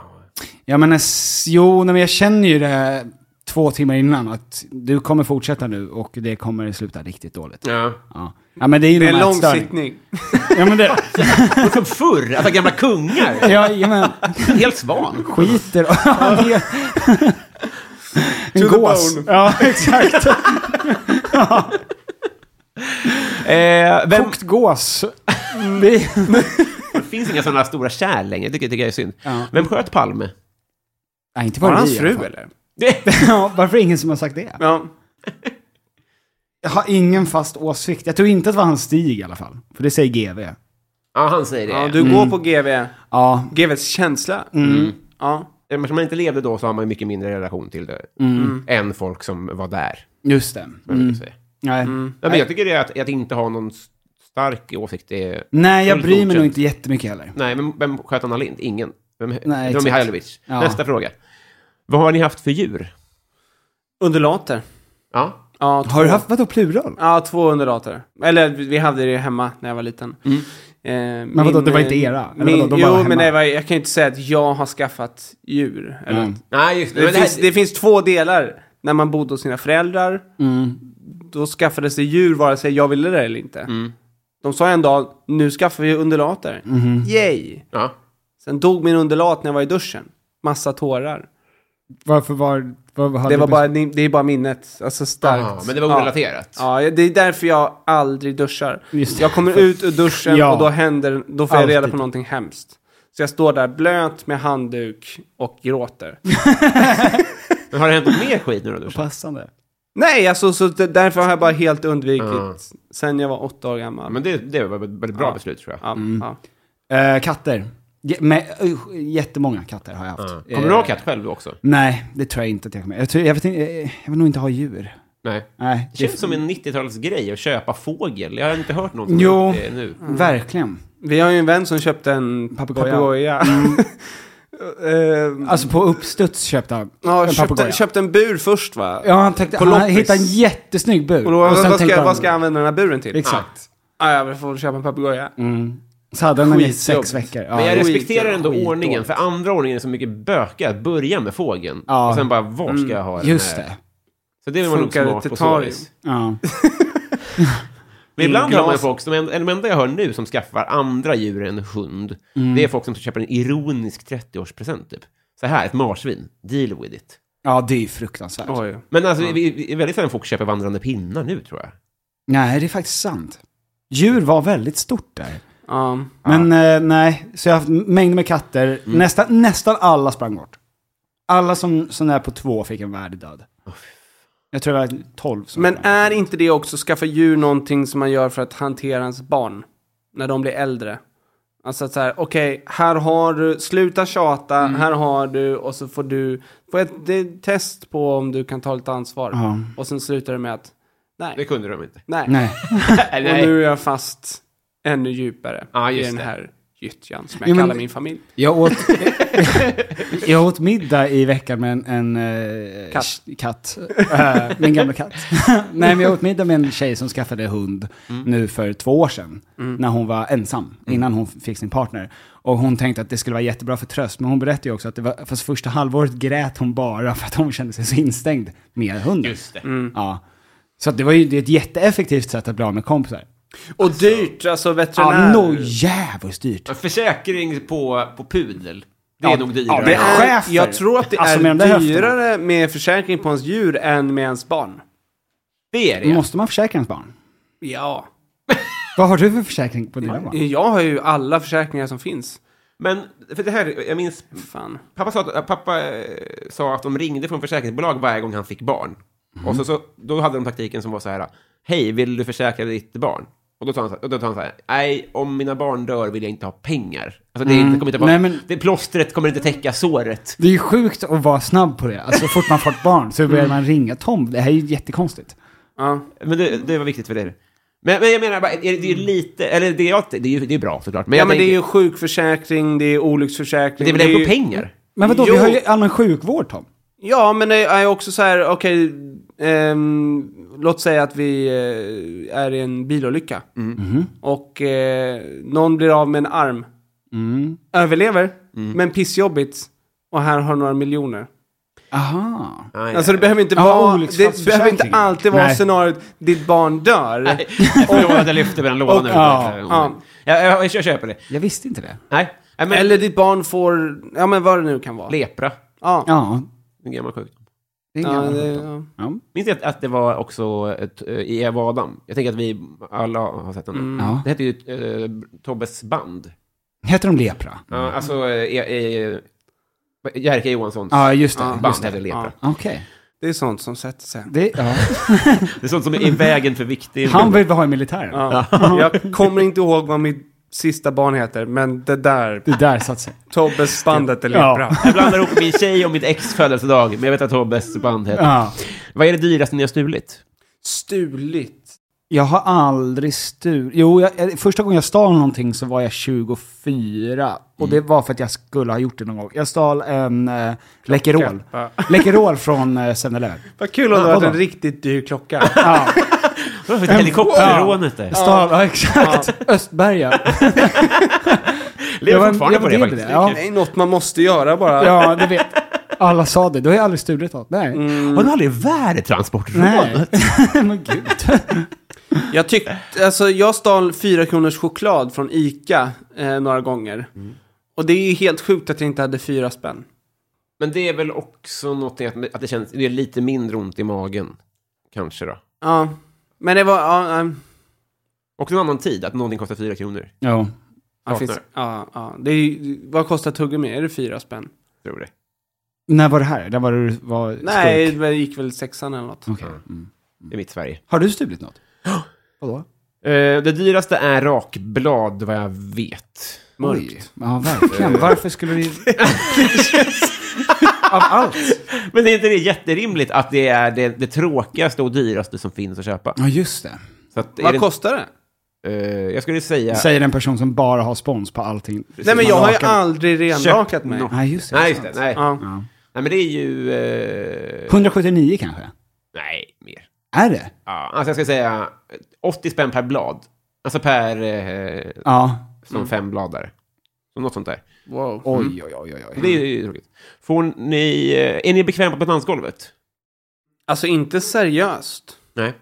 Speaker 2: Ja men s- jo, nej, men jag känner ju det två timmar innan att du kommer fortsätta nu och det kommer sluta riktigt dåligt.
Speaker 1: Ja.
Speaker 2: Ja, ja men det är ju
Speaker 3: det är
Speaker 2: någon
Speaker 3: en lång
Speaker 2: ätstörning.
Speaker 3: sittning.
Speaker 2: Ja men det,
Speaker 1: Och som förr, alltså gamla kungar.
Speaker 2: ja, ja men
Speaker 1: Helt svan.
Speaker 2: skiter och- Ja, det- En
Speaker 3: To the
Speaker 2: gås.
Speaker 3: bone.
Speaker 2: Ja exakt.
Speaker 1: Eh, vem,
Speaker 2: Kokt gås. Mm, Det,
Speaker 1: det finns inga sådana stora kärl längre, det tycker, tycker jag är synd.
Speaker 2: Ja.
Speaker 1: Vem sköt Palme?
Speaker 2: nej, inte
Speaker 3: Var
Speaker 2: bara
Speaker 3: det
Speaker 2: vi,
Speaker 3: hans
Speaker 2: i alla
Speaker 3: fru
Speaker 2: fall.
Speaker 3: eller?
Speaker 2: Ja, varför är det ingen som har sagt det?
Speaker 3: Ja.
Speaker 2: Jag har ingen fast åsikt. Jag tror inte att det var hans stig i alla fall. För det säger GV.
Speaker 1: Ja, han säger det.
Speaker 3: ja, du
Speaker 2: Mm.
Speaker 3: går på GV.
Speaker 2: Ja,
Speaker 3: GVs känsla.
Speaker 2: Mm.
Speaker 3: Mm. Ja.
Speaker 1: Eftersom man inte levde då så har man ju mycket mindre relation till det. Än folk som var där.
Speaker 2: just det. Mm.
Speaker 1: vad jag vill säga.
Speaker 2: Nej.
Speaker 1: Ja, men jag tycker det är att, att inte ha någon s- stark åsikt är...
Speaker 2: Nej, jag
Speaker 1: Fullt
Speaker 2: bryr mig nog
Speaker 1: godkänt.
Speaker 2: inte jättemycket heller.
Speaker 1: Nej, men vem sköt Anna Lind? Ingen. Vem, Nej,
Speaker 2: exakt.
Speaker 1: de Mihailovic.
Speaker 2: Ja.
Speaker 1: Nästa fråga. Vad har ni haft för djur?
Speaker 3: Underlater.
Speaker 1: Ja.
Speaker 3: Ja, två.
Speaker 2: Har du haft, vadå plural?
Speaker 3: Ja, två underlater. Eller vi hade det hemma när jag var liten. Eh,
Speaker 2: Mm. Men vadå, det var inte era? Eller
Speaker 3: Min,
Speaker 2: vadå, de var
Speaker 3: jo,
Speaker 2: hemma?
Speaker 3: men det var, jag kan ju inte säga att jag har skaffat djur. Eller,
Speaker 2: Mm.
Speaker 1: Nej, just det.
Speaker 3: det,
Speaker 1: Men det här-
Speaker 3: finns, det finns två delar. När man bodde hos sina föräldrar, då skaffades det djur vare sig jag ville det eller inte. De sa en dag, nu skaffar vi underlater. Yay!
Speaker 1: Ja.
Speaker 3: Sen dog min underlat när jag var i duschen. Massa tårar.
Speaker 2: Varför var... Vad, vad hade
Speaker 3: Det, var
Speaker 2: du-
Speaker 3: bara, det är bara minnet. Alltså starkt.
Speaker 1: Aha, men det var orelaterat.
Speaker 3: Ja. ja, det är därför jag aldrig duschar.
Speaker 2: Just det.
Speaker 3: Jag kommer ut ur duschen
Speaker 2: Ja.
Speaker 3: och då händer, då får jag reda
Speaker 2: Alltid.
Speaker 3: på någonting hemskt. Så jag står där blöt med handduk och gråter.
Speaker 1: Men har det hänt något mer skit nu då? Duschen?
Speaker 2: Passande.
Speaker 3: Nej, alltså så d- därför har jag bara helt undvikit
Speaker 1: Ja.
Speaker 3: sen jag var åtta år gammal.
Speaker 1: Ja, men det, det var ett väldigt bra
Speaker 3: Ja.
Speaker 1: beslut, tror jag.
Speaker 3: ja,
Speaker 2: Mm.
Speaker 3: ja.
Speaker 2: Eh, katter. J- med, uh, jättemånga katter har jag haft. Eh,
Speaker 1: Ja. Kommer du ha katt själv också?
Speaker 2: Nej, det tror jag inte att jag kommer. Jag, tror, jag, vet, inte- eh, jag vill nog inte ha djur.
Speaker 1: Nej.
Speaker 2: Nej.
Speaker 1: Det känns som en 90-talsgrej att köpa fågel. Jag har inte hört någon som
Speaker 2: Jo.
Speaker 1: har gjort det nu.
Speaker 3: Mm.
Speaker 2: Verkligen.
Speaker 3: Vi har ju en vän som köpte en
Speaker 2: Papegoja.
Speaker 3: papegoja. Ehm,
Speaker 2: Alltså på uppstuds köpte han
Speaker 3: ja,
Speaker 2: en
Speaker 3: köpte,
Speaker 2: papegoja.
Speaker 3: köpte en bur först va?
Speaker 2: Ja, han tänkte,
Speaker 3: på
Speaker 2: han
Speaker 3: loppis.
Speaker 2: hittade en jättesnygg bur.
Speaker 3: Och då, vad,
Speaker 2: sen
Speaker 3: ska,
Speaker 2: tänkte
Speaker 3: vad ska jag använda den här buren till?
Speaker 2: Exakt.
Speaker 3: Ah, ja, jag får köpa en papegoja.
Speaker 2: Mm. Så hade han den i
Speaker 3: Skitjobb.
Speaker 2: sex veckor.
Speaker 1: Men jag
Speaker 2: Ja.
Speaker 3: det-
Speaker 1: respekterar ändå
Speaker 2: skitdåligt.
Speaker 1: ordningen, för andra ordningen är så mycket bökigt att börja med fågeln.
Speaker 2: Ja. Mm.
Speaker 1: Och sen bara, var ska jag ha den
Speaker 2: Just
Speaker 1: här?
Speaker 2: det.
Speaker 1: Så det var nog
Speaker 3: Funkar
Speaker 1: smart
Speaker 3: till
Speaker 1: på så
Speaker 3: target.
Speaker 1: vis.
Speaker 2: Ja.
Speaker 1: Men ibland
Speaker 3: Inglas.
Speaker 1: hör man ju folk, som, en- de enda jag hör nu som skaffar andra djur än hund,
Speaker 2: Mm.
Speaker 1: det är folk som köper en ironisk 30-årspresent typ. Så här, ett marsvin, deal with it.
Speaker 2: ja, det är ju fruktansvärt.
Speaker 3: Oj.
Speaker 1: Men alltså, vi, vi är väldigt sällan folk köper vandrande pinnar nu, tror jag.
Speaker 2: Nej, det är faktiskt sant. Djur var väldigt stort där.
Speaker 3: Ja. Mm.
Speaker 2: Men eh, nej, så jag har haft mängder med katter. Nästan, nästan alla sprang bort. Alla som, som är på två fick en värdig död. Jag tror det var 12 som
Speaker 3: Men
Speaker 2: sprang.
Speaker 3: är inte det också skaffa djur någonting som man gör för att hantera ens barn? När de blir äldre. Alltså att så här, okej, här har du, sluta tjata,
Speaker 2: Mm.
Speaker 3: här har du och så får du, får ett det är ett test på om du kan ta lite ansvar.
Speaker 2: Ja.
Speaker 3: Och sen slutar det med att,
Speaker 1: Det
Speaker 3: nej,
Speaker 1: kunde de inte.
Speaker 3: nej.
Speaker 2: Nej.
Speaker 3: Och nu är jag fast ännu djupare
Speaker 1: Ja,
Speaker 3: i
Speaker 1: just
Speaker 3: den
Speaker 1: det.
Speaker 3: här gyttjan som jag
Speaker 2: Jo, men-
Speaker 3: kallar min familj.
Speaker 2: Jag åt, jag åt middag i veckan med en, en eh,
Speaker 3: Katt.
Speaker 2: sh- katt. Eh, min gamla katt. Nej, men jag åt middag med en tjej som skaffade hund
Speaker 1: Mm.
Speaker 2: nu för två år sedan. När hon var ensam, innan hon fick sin partner. Och hon tänkte att det skulle vara jättebra för tröst, men hon berättade ju också att det var, fast första halvåret grät hon bara för att hon kände sig så instängd med hunden.
Speaker 1: Just det.
Speaker 2: Ja. Så att det var ju det är ett jätteeffektivt sätt att bli av med kompisar.
Speaker 3: Och dyrt, alltså
Speaker 2: Ja,
Speaker 3: veterinär.
Speaker 2: nå jävligt dyrt.
Speaker 1: Försäkring på, på pudel, det
Speaker 2: Ja,
Speaker 1: är nog dyrare.
Speaker 2: ja, det är- Chefer.
Speaker 3: jag tror att det
Speaker 2: Alltså, med de där
Speaker 3: är
Speaker 2: höfterna.
Speaker 3: dyrare med försäkring på ens djur än med ens barn.
Speaker 1: det, är det.
Speaker 2: Måste man försäkra ens barn?
Speaker 3: Ja.
Speaker 2: Vad har du för försäkring på dina barn?
Speaker 3: Jag har ju alla försäkringar som finns.
Speaker 1: Men, för det här, jag minns,
Speaker 3: Fan.
Speaker 1: pappa sa att, pappa, eh, sa att de ringde från försäkringsbolag varje gång han fick barn. Och så, så, då hade de taktiken som var så här, hej, vill du försäkra ditt barn? Och då tar han så här, och då tar han så här nej, om mina barn dör vill jag inte ha pengar. Alltså det, är inte, kommer inte vara,
Speaker 2: Mm. Nej, men-
Speaker 1: det plåstret kommer inte täcka såret.
Speaker 2: Det är ju sjukt att vara snabb på det. Alltså så fort man får ett barn så börjar
Speaker 3: Mm.
Speaker 2: man ringa Tom. Det här är ju jättekonstigt.
Speaker 3: Ja.
Speaker 1: Men det, det var viktigt för dig. Men, men jag menar bara, är det, det är ju lite, eller det, jag, det, är ju, det är bra såklart. Mm. Men,
Speaker 3: ja,
Speaker 1: jag
Speaker 3: men det är
Speaker 1: tänker-
Speaker 3: ju sjukförsäkring, det är olycksförsäkring.
Speaker 1: det är väl ändå
Speaker 3: ju-
Speaker 1: pengar?
Speaker 2: Men vadå,
Speaker 3: Jo.
Speaker 2: vi har ju allmän sjukvård Tom.
Speaker 3: Ja, men det är också så här, okej, ehm, låt säga att vi eh, är i en bilolycka.
Speaker 1: Mm.
Speaker 2: Mhm.
Speaker 3: Och eh, någon blir av med en arm.
Speaker 2: Mm.
Speaker 3: Överlever,
Speaker 1: Mm.
Speaker 3: men pissjobbigt. Och här har några miljoner.
Speaker 2: Aha.
Speaker 1: Nej,
Speaker 3: Alltså det behöver inte
Speaker 2: Ja,
Speaker 3: vara, det
Speaker 2: olycksfallsförsäkring.
Speaker 3: behöver inte alltid vara
Speaker 2: Nej.
Speaker 3: scenariot ditt barn dör.
Speaker 1: Förlåt att jag lyfte mellan lådan nu.
Speaker 2: ja,
Speaker 1: ja. jag, jag, jag köper det.
Speaker 2: Jag visste inte det.
Speaker 1: Nej. Nej, men,
Speaker 3: Eller ditt barn får, ja men vad det nu kan vara.
Speaker 1: lepra.
Speaker 3: Ja.
Speaker 2: Ja,
Speaker 1: En gammal sjukdom.
Speaker 2: det är en
Speaker 3: Ja,
Speaker 2: gammal
Speaker 3: det-
Speaker 2: sjukdom.
Speaker 3: ja.
Speaker 2: Ja.
Speaker 1: Minns ni att, att det var också ett, eh, i Eva Adam? Jag tänker att vi alla har sett den.
Speaker 2: Ja.
Speaker 1: Det hette ju eh, Tobbes band.
Speaker 2: Heter de lepra?
Speaker 1: Ja, alltså, eh, eh, Jerka Johanssons
Speaker 2: Ja, just det.
Speaker 1: band
Speaker 2: just det.
Speaker 1: hette Lepra.
Speaker 2: Okej.
Speaker 3: Det är sånt som sätter sig.
Speaker 2: Det, ja.
Speaker 1: Det är sånt som är i vägen för viktig...
Speaker 2: Han vill vi ha i militären.
Speaker 3: Ja. Jag kommer inte ihåg vad mitt sista barn heter, men det där,
Speaker 2: Det där satt sig.
Speaker 3: Tobbes bandet är
Speaker 2: Ja.
Speaker 3: lepra.
Speaker 1: Jag blandar ihop min tjej och mitt ex födelsedag, men jag vet att Tobbes band heter.
Speaker 2: Ja.
Speaker 1: Vad är det dyraste ni har stulit?
Speaker 3: Stuligt.
Speaker 2: Jag har aldrig stulit. Jo, jag, eh, första gången jag stal någonting så var jag 24. Och det var för att jag skulle ha gjort det någon gång. Jag stal en eh, Läkerol.
Speaker 3: Ja.
Speaker 2: Läkerol från eh, 7-Eleven.
Speaker 3: Vad kul om det hade
Speaker 2: vadå?
Speaker 3: varit en riktigt dyr klocka.
Speaker 2: Ja,
Speaker 1: Det var för helikopterrånet där.
Speaker 2: jag stal, ja exakt. Östberga.
Speaker 1: Lever
Speaker 2: Jag var-
Speaker 1: fortfarande
Speaker 2: jag
Speaker 1: på det
Speaker 2: var del i
Speaker 1: faktiskt.
Speaker 2: det, ja.
Speaker 3: Det är något man måste göra bara.
Speaker 2: Ja, det vet. Alla sa det. Då har jag aldrig stulit något. Nej.
Speaker 1: Har du aldrig värdetransportrådet?
Speaker 2: Nej. Men gud.
Speaker 3: Jag tyckte, alltså jag stal 4 kronors choklad från Ica eh, några gånger.
Speaker 2: Mm.
Speaker 3: Och det är ju helt sjukt att jag inte hade fyra spänn.
Speaker 1: Men det är väl också någonting att, att det känns, det är lite mindre ont i magen. Kanske då.
Speaker 3: Ja, men det var, ja, ja,
Speaker 1: Och en annan tid, att någonting kostar fyra kronor.
Speaker 2: Ja.
Speaker 3: ja, finns, ja, ja. Det är, ju- vad kostar tuggummi? Är det fyra spänn?
Speaker 1: Tror det.
Speaker 2: När var det här? När var du var
Speaker 3: Nej,
Speaker 2: skurk?
Speaker 3: det gick väl sexan eller något.
Speaker 2: Okej. Mm.
Speaker 1: I mitt Sverige.
Speaker 2: Har du stulit något? Vadå?
Speaker 1: Eh, det dyraste är rakblad, vad jag vet.
Speaker 2: Oj. Ja, verkligen.
Speaker 3: Eh.
Speaker 2: Varför skulle du... Av allt?
Speaker 1: Men det är inte det jätterimligt att det är det, det tråkigaste och dyraste som finns att köpa?
Speaker 2: Ja, just det.
Speaker 1: Så att, är
Speaker 3: Vad
Speaker 1: det-
Speaker 3: kostar det?
Speaker 1: eh, jag skulle säga...
Speaker 2: Säger en person som bara har spons på allting.
Speaker 3: Nej men jag har ju
Speaker 2: Rakad.
Speaker 3: aldrig renrakat
Speaker 1: Köp
Speaker 3: mig.
Speaker 1: något.
Speaker 2: Nej, just det.
Speaker 1: nej, just det. Nej.
Speaker 3: Ja.
Speaker 2: Ja.
Speaker 1: nej, men det är ju... eh,
Speaker 2: 179 kanske?
Speaker 1: nej, mer.
Speaker 2: Är det?
Speaker 1: Ja, alltså jag ska säga 80 spänn per blad. Alltså per eh,
Speaker 2: Ja.
Speaker 1: som fembladare. Som något sånt där.
Speaker 3: Wow.
Speaker 2: Oj, oj, oj, oj. oj.
Speaker 1: Det är ju tråkigt. Får ni, eh, är ni bekväma på dansgolvet?
Speaker 3: Alltså inte seriöst.
Speaker 1: Nej.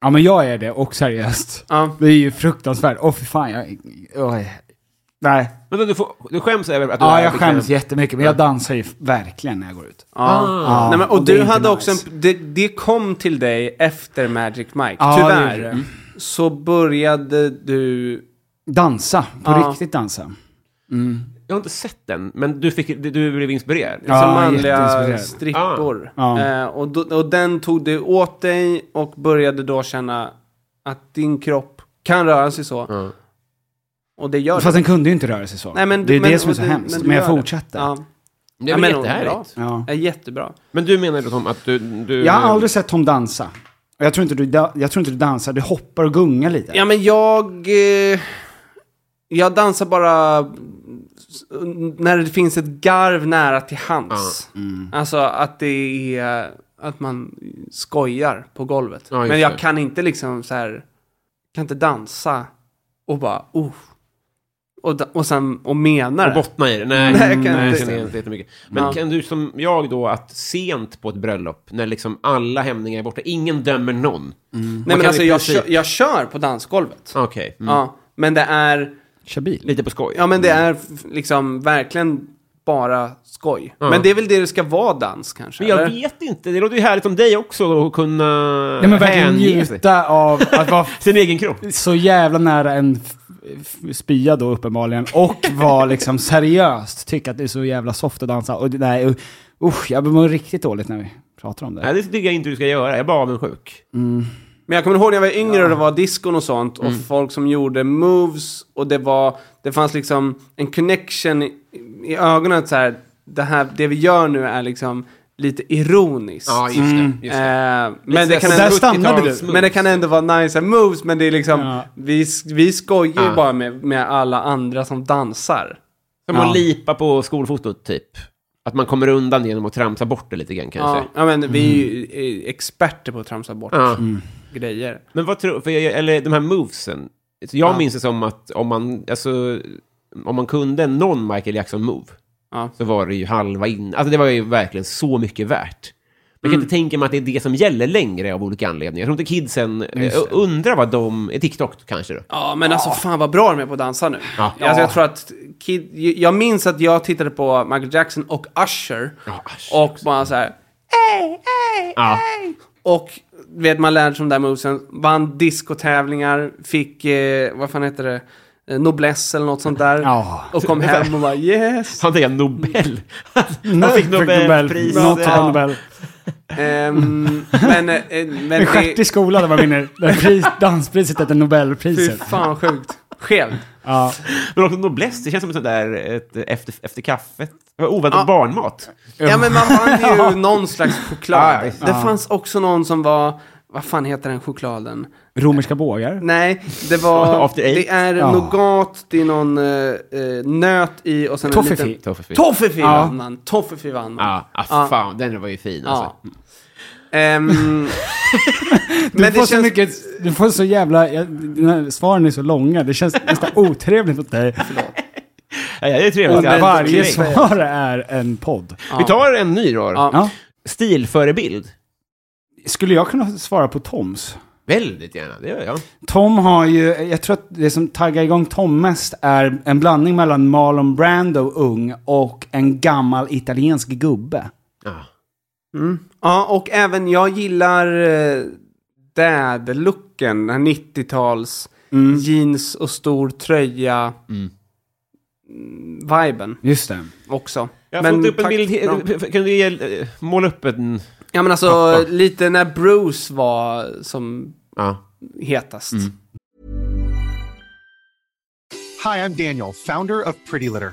Speaker 2: Ja, men jag är det, och seriöst.
Speaker 3: Ja.
Speaker 2: Det är ju fruktansvärt. Åh, fy fan. Jag... Oj. Nej.
Speaker 1: Men du, får, du skäms över att du
Speaker 2: Ja,
Speaker 1: är
Speaker 2: jag
Speaker 1: bekväm.
Speaker 2: skäms jättemycket, men jag dansar ju verkligen när jag går ut.
Speaker 3: Ja. Nej, men, och
Speaker 2: och Ah. det är
Speaker 3: du
Speaker 2: inte
Speaker 3: hade
Speaker 2: nice.
Speaker 3: också en, det, det kom till dig efter Magic Mike.
Speaker 2: Ja, det
Speaker 3: Tyvärr.
Speaker 2: gjorde det. Mm.
Speaker 3: Så började du...
Speaker 2: Dansa. På
Speaker 3: Ja.
Speaker 2: riktigt dansa.
Speaker 1: Jag har inte sett den, men du, fick, du blev inspirerad.
Speaker 2: Ja,
Speaker 3: som manliga
Speaker 2: Ah, jätteinspirerad. Ah.
Speaker 3: strippor.
Speaker 2: Ja.
Speaker 3: Eh, och, då, och den tog du åt dig och började då känna att din kropp kan röra sig så. Och det gör
Speaker 2: Ah. Fast
Speaker 3: den.
Speaker 2: den kunde ju inte röra sig så.
Speaker 3: Nej, men,
Speaker 2: det är
Speaker 3: men,
Speaker 2: det som är så
Speaker 3: och du-
Speaker 2: hemskt. Men,
Speaker 3: du
Speaker 2: jag
Speaker 3: gör det.
Speaker 2: fortsätter. Ah.
Speaker 3: Ja.
Speaker 1: Det är väl
Speaker 3: och-
Speaker 1: jättehärligt.
Speaker 3: bra.
Speaker 2: Ja.
Speaker 3: Ja, jättebra.
Speaker 1: Men du menar då Tom att du... du
Speaker 2: Jag har aldrig sett Tom dansa. Och Jag tror, inte du, da- jag tror inte du dansar, du hoppar och gungar lite.
Speaker 3: Ja, men jag... Eh, jag dansar bara s- när det finns ett garv nära till hands.
Speaker 1: mm.
Speaker 3: Alltså att det är... Att man skojar på golvet.
Speaker 1: Ja, just
Speaker 3: men jag
Speaker 1: det.
Speaker 3: kan inte liksom så här... Kan inte dansa och bara... Oh. Och, da- och sen och mena
Speaker 1: Och
Speaker 3: det.
Speaker 1: bottna i det? Nej,
Speaker 3: Nej, jag kan
Speaker 1: nej,
Speaker 3: inte.
Speaker 1: känner jag inte jättemycket. Men kan du som jag då, att sent på ett bröllop, när liksom alla hämningar är borta, ingen dömer någon? Man
Speaker 3: Nej,
Speaker 1: kan
Speaker 3: men alltså
Speaker 1: i
Speaker 3: jag,
Speaker 1: princip-
Speaker 3: kör, jag kör på dansgolvet.
Speaker 1: Okej, mm.
Speaker 3: Ja, men det är...
Speaker 2: Kör bil.
Speaker 1: lite på skoj.
Speaker 3: Ja, men det är f- liksom verkligen bara skoj. Men det är väl det det ska vara dans kanske?
Speaker 1: Men jag
Speaker 3: eller?
Speaker 1: vet inte, det låter ju härligt om dig också att kunna
Speaker 2: Nej men verkligen
Speaker 1: hänge sig.
Speaker 2: njuta av att vara
Speaker 1: sin egen kropp.
Speaker 2: så jävla nära en f- f- spya då uppenbarligen. Och vara liksom seriöst, tycka att det är så jävla soft att dansa. Och det- nej, u- usch, jag mår riktigt dåligt när vi pratar om det.
Speaker 1: Nej, det tycker jag inte du ska göra. Jag är bara avundsjuk.
Speaker 3: Mm. Men jag kommer ihåg när jag var yngre och det var diskon och sånt och
Speaker 1: Mm.
Speaker 3: folk som gjorde moves och det var, det fanns liksom en connection i, i ögonen att så här, det här, det vi gör nu är liksom lite ironiskt.
Speaker 1: Ja, just det. Just det.
Speaker 3: Eh, men, det kan
Speaker 2: så
Speaker 3: ändå,
Speaker 2: där stannade du.
Speaker 3: men det kan ändå vara nice moves, men det är liksom,
Speaker 2: Ja.
Speaker 3: vi, vi skojar ju
Speaker 1: Ja.
Speaker 3: bara med, med alla andra som dansar.
Speaker 1: Som
Speaker 2: Ja.
Speaker 1: att lipa på skolfotot, typ. Att man kommer undan genom att tramsa bort det lite grann, kanske.
Speaker 3: Ja, ja, men vi är ju eh, experter på att tramsa bort
Speaker 1: Ja.
Speaker 2: Mm.
Speaker 3: grejer.
Speaker 1: Men vad tror för jag, eller de här movesen. Så Jag minns det som att om man, alltså, om man kunde någon Michael Jackson-move
Speaker 3: Ja.
Speaker 1: så var det ju halva in. Alltså det var ju verkligen så mycket värt. Men jag
Speaker 3: Mm.
Speaker 1: kan inte tänka mig att det är det som gäller längre av olika anledningar. Jag tror inte kidsen eh, undrar vad de... Är TikTok kanske då?
Speaker 3: Ja, men alltså fan vad bra de är på att dansa nu.
Speaker 1: Ja.
Speaker 3: Alltså, jag tror att kid, jag minns att jag tittade på Michael Jackson och Usher.
Speaker 1: Ja, Usher
Speaker 3: och bara så här, ey, ey,
Speaker 1: Ja.
Speaker 3: ey. Och vet man lärde sig de där movesen, vann discotävlingar, fick, eh, vad fan heter det, eh, Noblesse eller något sånt där.
Speaker 2: Ja.
Speaker 3: Och kom hem och bara yes.
Speaker 1: Han fick Nobel. Han
Speaker 2: Nej,
Speaker 1: fick Nobelpris.
Speaker 2: Något typ
Speaker 1: Ja.
Speaker 2: av Nobel.
Speaker 3: Ehm, men, eh, eh, men
Speaker 2: En stjärt i
Speaker 3: det,
Speaker 2: skolan där man vinner. Där pris, danspriset heter
Speaker 3: fy
Speaker 2: Nobelpriset.
Speaker 3: fan sjukt. Skevt.
Speaker 2: Ja.
Speaker 1: Men också Noblesse, det känns som ett sånt där ett, efter, efter kaffet. Det var Oväntat
Speaker 3: Ja.
Speaker 1: barnmat.
Speaker 3: Ja men man vann ju någon slags choklad.
Speaker 1: Ja, visst.
Speaker 3: Det fanns också någon som var, vad fan heter den chokladen?
Speaker 2: Romerska bågar.
Speaker 3: Nej, det var,
Speaker 1: After Eight.
Speaker 3: det är
Speaker 2: Ja.
Speaker 3: nougat, det är någon eh, eh, nöt i och sen
Speaker 2: Toffifee.
Speaker 3: en liten...
Speaker 1: Toffifee.
Speaker 3: Toffifee
Speaker 2: Ja.
Speaker 3: vann man, Toffifee vann man.
Speaker 1: Ja, ah,
Speaker 3: Ja.
Speaker 1: fan, den var ju fin alltså.
Speaker 3: Ja. Ehm,
Speaker 2: Mm. Du
Speaker 3: men
Speaker 2: får,
Speaker 3: det
Speaker 2: så
Speaker 3: känns...
Speaker 2: mycket, du får så jävla... jag- Dina svaren är så långa, det känns nästan otrevligt åt dig.
Speaker 1: Ja, det är trevligt.
Speaker 2: Och
Speaker 1: Ja,
Speaker 2: varje
Speaker 1: direkt.
Speaker 2: svar är en podd.
Speaker 1: Vi tar en ny då.
Speaker 3: Ja.
Speaker 2: Ja.
Speaker 1: Stilförebild.
Speaker 2: Skulle jag kunna svara på Toms?
Speaker 1: Väldigt gärna, det gör jag.
Speaker 2: Tom har ju, jag tror att det som taggar igång Tom mest är en blandning mellan Marlon Brando ung och en gammal italiensk gubbe.
Speaker 1: Ja.
Speaker 3: Ja, och även jag gillar eh, dad-looken, den här 90-tals
Speaker 2: Mm.
Speaker 3: jeans och stor tröja. Mm, Viben
Speaker 2: Just det.
Speaker 3: också.
Speaker 1: Jag har fått upp en
Speaker 3: tack-
Speaker 1: bild.
Speaker 3: ja.
Speaker 1: Kan du ge, eh, måla upp en...
Speaker 3: Ja men alltså
Speaker 1: Pappa.
Speaker 3: lite när Bruce var som
Speaker 1: Ja.
Speaker 3: hetast.
Speaker 2: Mm.
Speaker 4: Hi, I'm Daniel, founder of Pretty Litter.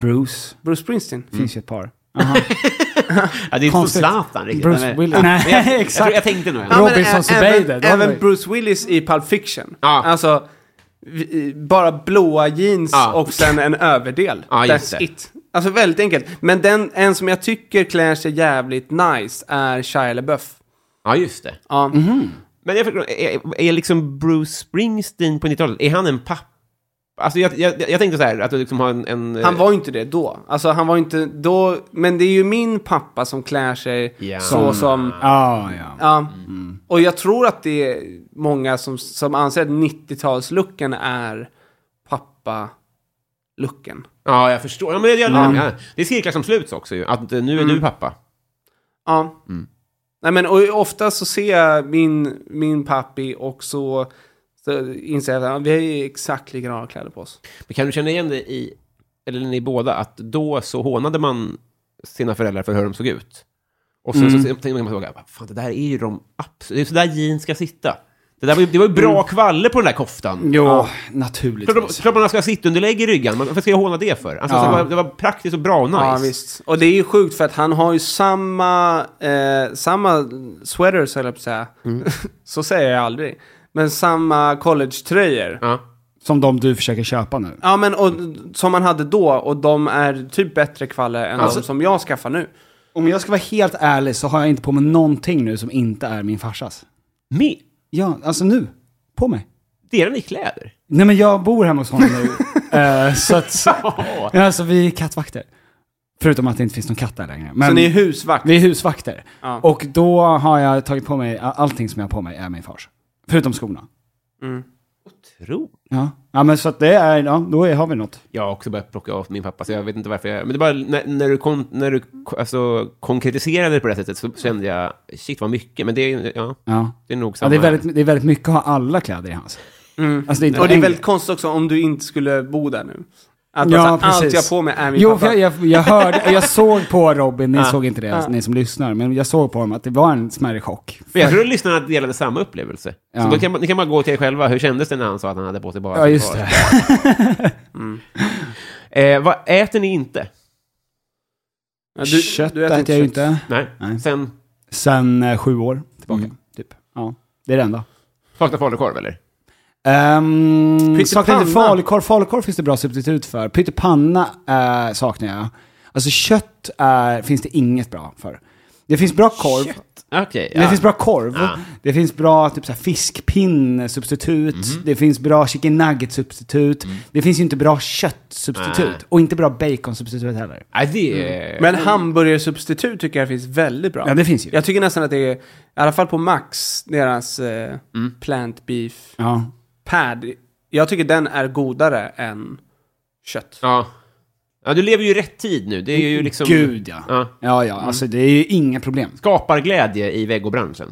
Speaker 2: Bruce.
Speaker 3: Bruce Springsteen.
Speaker 2: Finns ju ett par.
Speaker 1: Ja, det är inte
Speaker 2: Konstigt.
Speaker 1: Zlatan riktigt.
Speaker 2: Bruce
Speaker 1: eller?
Speaker 2: Willis. Nej,
Speaker 1: Men jag, jag,
Speaker 2: exakt.
Speaker 1: tror- jag tänkte nog.
Speaker 2: Ja,
Speaker 1: Ja,
Speaker 2: men- Robinson
Speaker 3: ä-
Speaker 2: Subeida,
Speaker 3: även,
Speaker 2: det hade
Speaker 3: även
Speaker 2: varit-
Speaker 3: Bruce Willis i Pulp Fiction.
Speaker 1: Ja.
Speaker 3: Alltså, vi- bara blåa jeans
Speaker 1: Ja.
Speaker 3: och sen en överdel.
Speaker 1: Ja, just
Speaker 3: That's
Speaker 1: det.
Speaker 3: it. Alltså väldigt enkelt. Men den, en som jag tycker klär sig jävligt nice är Shia LaBeouf.
Speaker 1: ja, just det.
Speaker 3: Ja.
Speaker 1: Men jag, förstår- är, är liksom Bruce Springsteen på 90-talet, är han en pappa? Alltså jag, jag, jag tänkte så här, att du liksom har en... en
Speaker 3: Han var ju inte det då. Alltså han var ju inte då, men det är ju min pappa som klär sig
Speaker 1: Ja.
Speaker 3: så som...
Speaker 2: Ja, ja.
Speaker 3: Ja. Och jag tror att det är många som, som anser att 90-talslucken är pappa-looken.
Speaker 1: Ja, jag förstår. Ja, men jag, jag, ja. Det är cirklar som sluts också ju, att eh, nu är du pappa.
Speaker 3: Ja. Nej, men, och ofta så ser jag min, min pappi och så, så inser jag att ja, vi har ju exakt likadana kläder på oss.
Speaker 1: Men kan du känna igen dig i, eller ni båda, att då så hånade man sina föräldrar för hur de såg ut? Och sen så tänkte man tillbaka, "Vad fan det där är ju de absolut, det är så där jeans ska sitta. Det, där var, ju- det var ju bra kvalle på den där koftan.
Speaker 2: Jo,
Speaker 1: Klart
Speaker 2: naturligtvis.
Speaker 1: klart man ska ha sittunderlägg i ryggen, Man- varför ska jag håna det för? Alltså, så det, var, det var praktiskt och bra och nice.
Speaker 3: Ja, visst. Och det är ju sjukt för att han har ju samma, eh, samma sweaters, höll jag på att säga. så säger jag aldrig. Men samma collegetröjor.
Speaker 1: Ja.
Speaker 2: Som de du försöker köpa nu.
Speaker 3: Ja, men och, som man hade då och de är typ bättre kvalle än
Speaker 2: Alltså-
Speaker 3: de som jag skaffar nu.
Speaker 2: Om jag ska vara helt ärlig så har jag inte på mig någonting nu som inte är min farsas.
Speaker 1: Med,
Speaker 2: Ja, alltså nu. På mig.
Speaker 1: det är den i kläder.
Speaker 2: Nej men jag bor hemma hos honom nu. Eh, så att... Ja, alltså vi är kattvakter. Förutom att det inte finns någon katt där längre. Men
Speaker 3: Så ni är husvakt.
Speaker 2: vi är husvakter.
Speaker 3: Ja.
Speaker 2: Och då har jag tagit på mig, allting som jag har på mig är min fars. Förutom skorna.
Speaker 1: Tro.
Speaker 2: Ja, ja men så att det är, ja, då är, har vi något.
Speaker 1: Jag har också börjat plocka av min pappa, så jag vet inte varför jag... Men det var när, när du, kon, när du ko- alltså, konkretiserade det på det här sättet så kände jag, shit vad mycket, men det är, ja,
Speaker 2: Ja.
Speaker 1: det är nog
Speaker 2: Ja,
Speaker 1: samma.
Speaker 2: det, är väldigt, det är väldigt mycket att ha alla kläder i hans. Alltså, inte
Speaker 3: Mm. Och det är
Speaker 2: en-
Speaker 3: väldigt konstigt också om du inte skulle bo där nu. Att
Speaker 2: Ja,
Speaker 3: alltså, allt
Speaker 2: precis.
Speaker 3: jag har på mig är min
Speaker 2: Jo, för
Speaker 3: pappa.
Speaker 2: jag, jag, jag hörde, jag såg på Robin, ni såg inte det, ni som lyssnar, men jag såg på honom att det var en smärre chock.
Speaker 1: Men jag tror att lyssnarna delade samma upplevelse. Så
Speaker 2: Ja.
Speaker 1: då kan, man- ni kan bara gå till er själva, hur kändes det när han sa att han hade på sig bara
Speaker 2: Ja, just det.
Speaker 1: Mm. Eh, vad äter ni inte?
Speaker 3: Ja, du-
Speaker 2: kött
Speaker 3: du
Speaker 2: äter jag ju
Speaker 3: kött.
Speaker 2: inte.
Speaker 1: Nej.
Speaker 2: Nej.
Speaker 1: Sen,
Speaker 2: Sen eh, sju år tillbaka,
Speaker 1: Mm.
Speaker 2: typ. Ja, det är det enda.
Speaker 1: fakta falukorv eller?
Speaker 2: Um,
Speaker 3: Pyttipanna?
Speaker 2: saknar inte falukorv. Falukorv finns det bra substitut för. Pyttipanna eh, saknar jag. Alltså kött är, finns det inget bra för. Det finns bra korv.
Speaker 1: Okej.
Speaker 2: Det finns bra korv.
Speaker 1: Ja.
Speaker 2: Det finns bra typ så här fiskpinnsubstitut.
Speaker 1: Mhm.
Speaker 2: Det finns bra chicken nugget-substitut. Det finns ju inte bra kött-substitut.
Speaker 1: Mm. Nej.
Speaker 2: Och inte bra bacon-substitut heller.
Speaker 1: Nej, det
Speaker 2: Mm.
Speaker 1: är...
Speaker 3: Men hamburgersubstitut tycker jag finns väldigt bra.
Speaker 2: Ja, det finns ju.
Speaker 3: Jag tycker nästan att det är, i alla fall på Max, deras eh,
Speaker 2: Mm.
Speaker 3: plant beef
Speaker 2: Ja.
Speaker 3: pad. Jag tycker den är godare än kött.
Speaker 1: Ja. ja, du lever ju i rätt tid nu. Det är ju liksom...
Speaker 2: Gud ja.
Speaker 1: Ja. Mm.
Speaker 2: Ja, ja. Alltså det är ju inga problem.
Speaker 1: Skapar glädje i vegobranschen.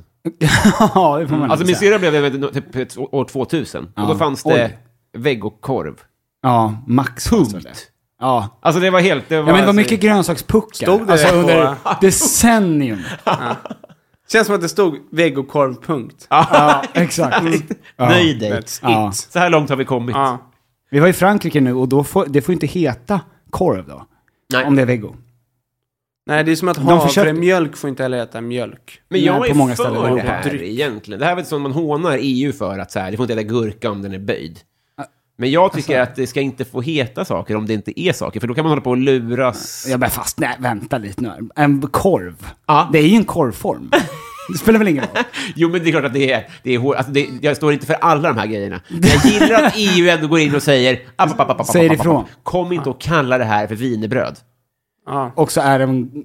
Speaker 2: ja, det får
Speaker 1: Alltså
Speaker 2: man ändå
Speaker 1: min
Speaker 2: säga.
Speaker 1: syrra blev vegan typ ett å- år 2000. Och
Speaker 2: Ja.
Speaker 1: då fanns det
Speaker 2: Oj.
Speaker 1: väggokorv.
Speaker 2: Ja, max. Punkt. Ja.
Speaker 1: Alltså det var helt... Det var,
Speaker 2: Ja, men det var
Speaker 1: alltså-
Speaker 2: mycket grönsakspuckar.
Speaker 3: Stod det
Speaker 2: alltså
Speaker 3: på-
Speaker 2: under decennium.
Speaker 3: Känns som att det stod vegokorv, punkt.
Speaker 2: ja, exakt.
Speaker 1: Nöj dig.
Speaker 3: That's
Speaker 2: Ja.
Speaker 3: it.
Speaker 1: Så här långt har vi kommit.
Speaker 3: Ja.
Speaker 2: Vi var i Frankrike nu och då får, det får inte heta korv då.
Speaker 1: Nej.
Speaker 2: Om det är vego.
Speaker 3: Nej, det är som att
Speaker 2: De försökte-
Speaker 3: havremjölk får inte heller heta mjölk.
Speaker 1: Men jag
Speaker 2: Nej,
Speaker 1: är
Speaker 2: Eh, på många
Speaker 1: för
Speaker 2: ställen är
Speaker 1: det
Speaker 2: det
Speaker 1: här
Speaker 2: dryck.
Speaker 1: egentligen. Det här är väl som man hånar EU för att så här, det får inte heta gurka om den är böjd.
Speaker 2: Ah.
Speaker 1: Men
Speaker 2: Alltså-
Speaker 1: jag tycker att det ska inte få heta saker om det inte är saker, för då kan man hålla på och luras.
Speaker 2: Jag bara, fast nej, vänta lite nu. här. En korv.
Speaker 1: Ja.
Speaker 2: Det är ju en korvform. Det spelar väl ingen roll?
Speaker 1: Jo, men det är klart att det är, det är hår, alltså det, jag står inte för alla de här grejerna. Men jag gillar att EU ändå går in och säger... Ah, app, app, app, app, app,
Speaker 2: Säger
Speaker 1: app, app,
Speaker 2: ifrån.
Speaker 1: Kom inte och kalla det här för vinerbröd.
Speaker 3: Ja.
Speaker 2: Och så är det en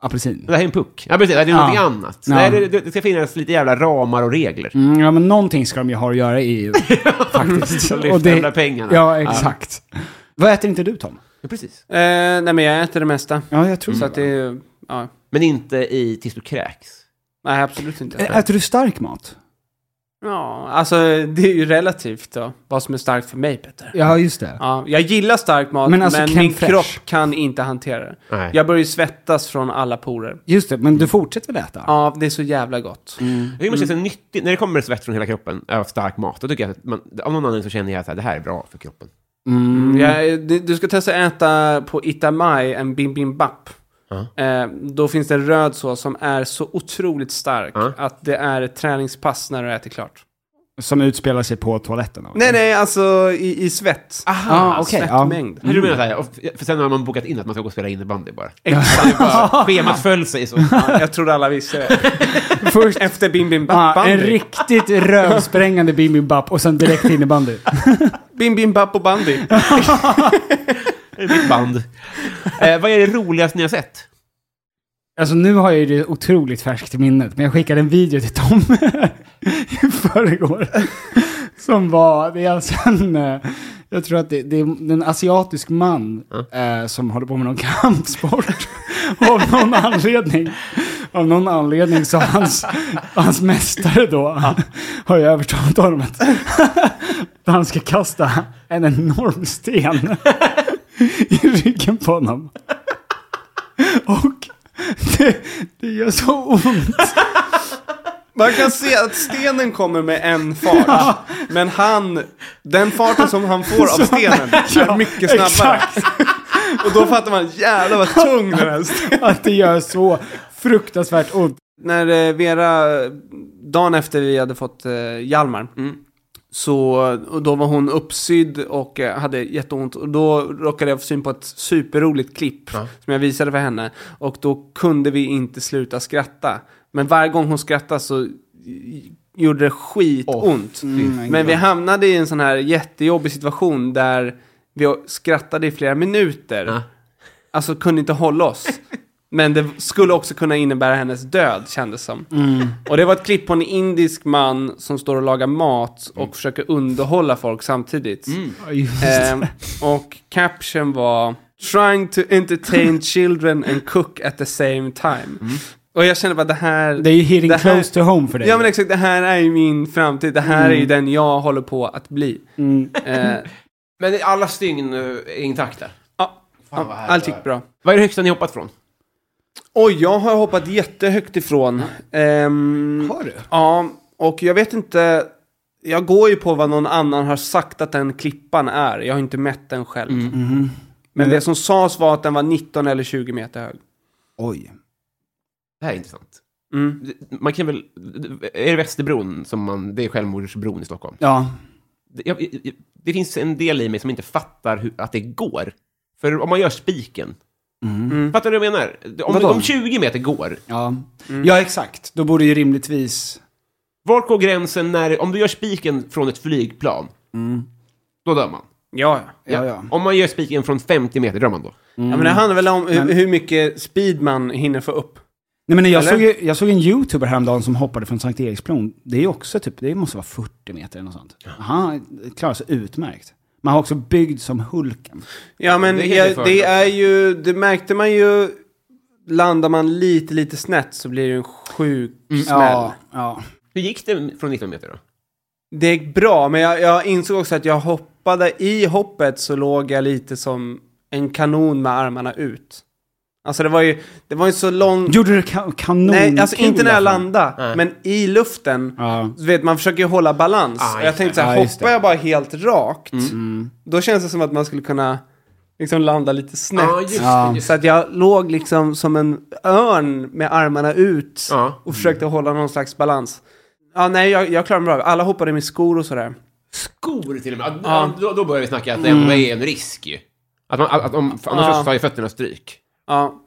Speaker 2: apelsin.
Speaker 1: Det här är en puck. Ja, precis. Det är
Speaker 2: Ja.
Speaker 1: någonting annat.
Speaker 2: Ja.
Speaker 1: Nej, det, det ska finnas lite jävla ramar och regler.
Speaker 2: Mm, ja, men någonting ska de ju ha att göra i EU. faktiskt.
Speaker 1: Så lyfter de där pengarna.
Speaker 2: Ja, exakt. Vad äter inte du, Tom?
Speaker 1: Ja, precis.
Speaker 3: Eh, nej, men jag äter det mesta.
Speaker 2: Ja, jag
Speaker 1: Mm.
Speaker 2: tror
Speaker 3: Så att det är... Ja.
Speaker 1: Men inte i tills du kräks.
Speaker 3: Nej, absolut inte.
Speaker 2: Ä- Äter du stark mat?
Speaker 3: Ja, alltså det är ju relativt då, vad som är starkt för mig, Petter.
Speaker 2: Ja, just det.
Speaker 3: Ja, jag gillar stark mat,
Speaker 2: Men
Speaker 3: men,
Speaker 2: alltså, crème
Speaker 3: min
Speaker 2: fraîche.
Speaker 3: kropp kan inte hantera det.
Speaker 1: Nej.
Speaker 3: Jag börjar ju svettas från alla porer.
Speaker 2: Just det, men du fortsätter väl äta?
Speaker 3: Ja, det är så jävla gott.
Speaker 1: Jag tycker man känner sig nyttig. När det kommer svett från hela kroppen av stark mat, då tycker jag att man, av någon anledning så känner jag att det här är bra för kroppen.
Speaker 3: Jag, du, du ska testa äta på Itamai en bibimbap. Eh, då finns det en röd sås som är så otroligt stark
Speaker 1: Ja.
Speaker 3: att det är ett träningspass när du äter klart.
Speaker 2: Som utspelar sig på toaletten? eller?
Speaker 3: Nej, nej, alltså i, i svett.
Speaker 1: Aha,
Speaker 2: Ah, okej, ja.
Speaker 3: Svettmängd.
Speaker 1: Hur du menar så här, och f- för sen har man bokat in att man ska gå och spela innebandy bara. Exakt. bara, schemat föll sig så.
Speaker 3: Ja, jag trodde alla visste det.
Speaker 2: Först
Speaker 3: Efter bimbimbapp
Speaker 2: ja, en
Speaker 3: bandy.
Speaker 2: riktigt rövsprängande bibimbap och sen direkt innebandy.
Speaker 3: Bimbimbapp och bandy.
Speaker 1: Mitt band. Eh, vad är det roligaste ni har sett?
Speaker 2: Alltså nu har jag ju det otroligt färskt i minnet, men jag skickade en video till Tom i förrgår. Som var, det är alltså en, eh, jag tror att det, det är en asiatisk man eh, som håller på med någon kampsport. av någon anledning. Av någon anledning så har hans, hans mästare då har ju övertalat honom att han ska kasta en enorm sten i ryggen på honom. Och det, det gör så ont.
Speaker 3: Man kan se att stenen kommer med en fart. Men han, den farten som han får av stenen är mycket snabbare.
Speaker 2: Exakt.
Speaker 3: Och då fattar man, jävlar vad tung den här stenen
Speaker 2: Att det gör så fruktansvärt ont.
Speaker 3: När eh, Vera, dagen efter vi hade fått eh, Hjalmar, så och då var hon uppsydd och eh, hade jätteont. Och då råkade jag få syn på ett superroligt klipp som jag visade för henne. Och då kunde vi inte sluta skratta. Men varje gång hon skrattade så i- gjorde det skitont. Men vi hamnade i en sån här jättejobbig situation där vi skrattade i flera minuter. Alltså kunde inte hålla oss. Men det skulle också kunna innebära hennes död, kändes som.
Speaker 2: Mm.
Speaker 3: Och det var ett klipp på en indisk man som står och lagar mat och
Speaker 2: Mm.
Speaker 3: försöker underhålla folk samtidigt.
Speaker 2: Eh,
Speaker 3: Ehm, och caption var “Trying to entertain children and cook at the same time”. Och jag kände bara det här...
Speaker 2: Mm. Det är ju hitting
Speaker 3: det här-
Speaker 2: close to home för dig. Mm.
Speaker 3: Ja men exakt, det här är ju min framtid. Det här är ju den jag håller på att bli. Eh,
Speaker 1: Men alla stygn eh, är intakta.
Speaker 3: ja,
Speaker 1: Fan, vad härligt.
Speaker 3: allt gick bra.
Speaker 1: Vad är det högsta ni hoppat från?
Speaker 3: Oj, jag har hoppat jättehögt ifrån. Ehm,
Speaker 2: Har du?
Speaker 3: Ja, och jag vet inte. Jag går ju på vad någon annan har sagt att den klippan är. Jag har inte mätt den själv. Mm.
Speaker 2: Mm.
Speaker 3: Men det som sades var att den var 19 eller 20 meter hög.
Speaker 2: Oj.
Speaker 1: Det här är intressant.
Speaker 3: Mm.
Speaker 1: Man kan väl... Är det Västerbron som man... Det är självmordsbron i Stockholm.
Speaker 2: Ja.
Speaker 1: Det, jag, jag- det finns en del i mig som inte fattar hur, att det går. För om man gör spiken... Fattar du vad jag menar? Om,
Speaker 2: Vadå?
Speaker 1: om 20 meter går,
Speaker 2: Ja.
Speaker 3: Mm.
Speaker 2: ja, exakt. Då borde ju rimligtvis...
Speaker 1: var går gränsen när... Om du gör spiken från ett flygplan, då dör man.
Speaker 3: Ja, ja.
Speaker 2: Ja, ja.
Speaker 1: Om man gör spiken från 50 meter, dör man då?
Speaker 3: ja, Mm. men det handlar väl om hur, hur mycket speed man hinner få upp.
Speaker 2: Nej, men jag,
Speaker 3: Eller?
Speaker 2: såg, ju- jag såg en youtuber häromdagen som hoppade från Sankt Eriksplan. Det är också typ, det måste vara 40 meter eller något sånt. Han klarar sig utmärkt. Man har också byggd som Hulken.
Speaker 3: Ja, men
Speaker 1: Det
Speaker 3: det,
Speaker 1: är det
Speaker 3: jag,
Speaker 1: för-
Speaker 3: det är ju, det märkte man ju, landar man lite, lite snett så blir det ju en sjuk smäll.
Speaker 2: Ja, ja.
Speaker 1: Hur gick det från 19 meter då?
Speaker 3: Det gick bra, men jag, jag insåg också att jag hoppade, i hoppet så låg jag lite som en kanon med armarna ut. Alltså det var ju, det var ju så lång...
Speaker 2: Gjorde du ka- kanon?
Speaker 3: Nej, alltså inte när jag landade,
Speaker 1: Nej.
Speaker 3: men i luften.
Speaker 2: Ja.
Speaker 3: Så vet, man försöker ju hålla balans.
Speaker 1: Ah,
Speaker 3: och jag
Speaker 1: just Mm.
Speaker 3: tänkte så här,
Speaker 2: det. Ja, just
Speaker 3: hoppar
Speaker 2: det.
Speaker 3: jag bara helt rakt, då känns det som att man skulle kunna liksom landa lite snett.
Speaker 1: Ja, just det,
Speaker 2: Ja.
Speaker 1: just
Speaker 3: Så
Speaker 1: det.
Speaker 3: att jag låg liksom som en örn med armarna ut
Speaker 1: Ja.
Speaker 3: och försökte hålla någon slags balans. Ja, nej, jag, jag klarade mig bra. Alla hoppade med skor och sådär.
Speaker 1: Skor till och med. Ja. Då, då börjar vi snacka att det ändå är en risk ju. Att man, att, att om, annars
Speaker 3: Ja.
Speaker 1: tar ju fötterna stryk.
Speaker 3: Ja.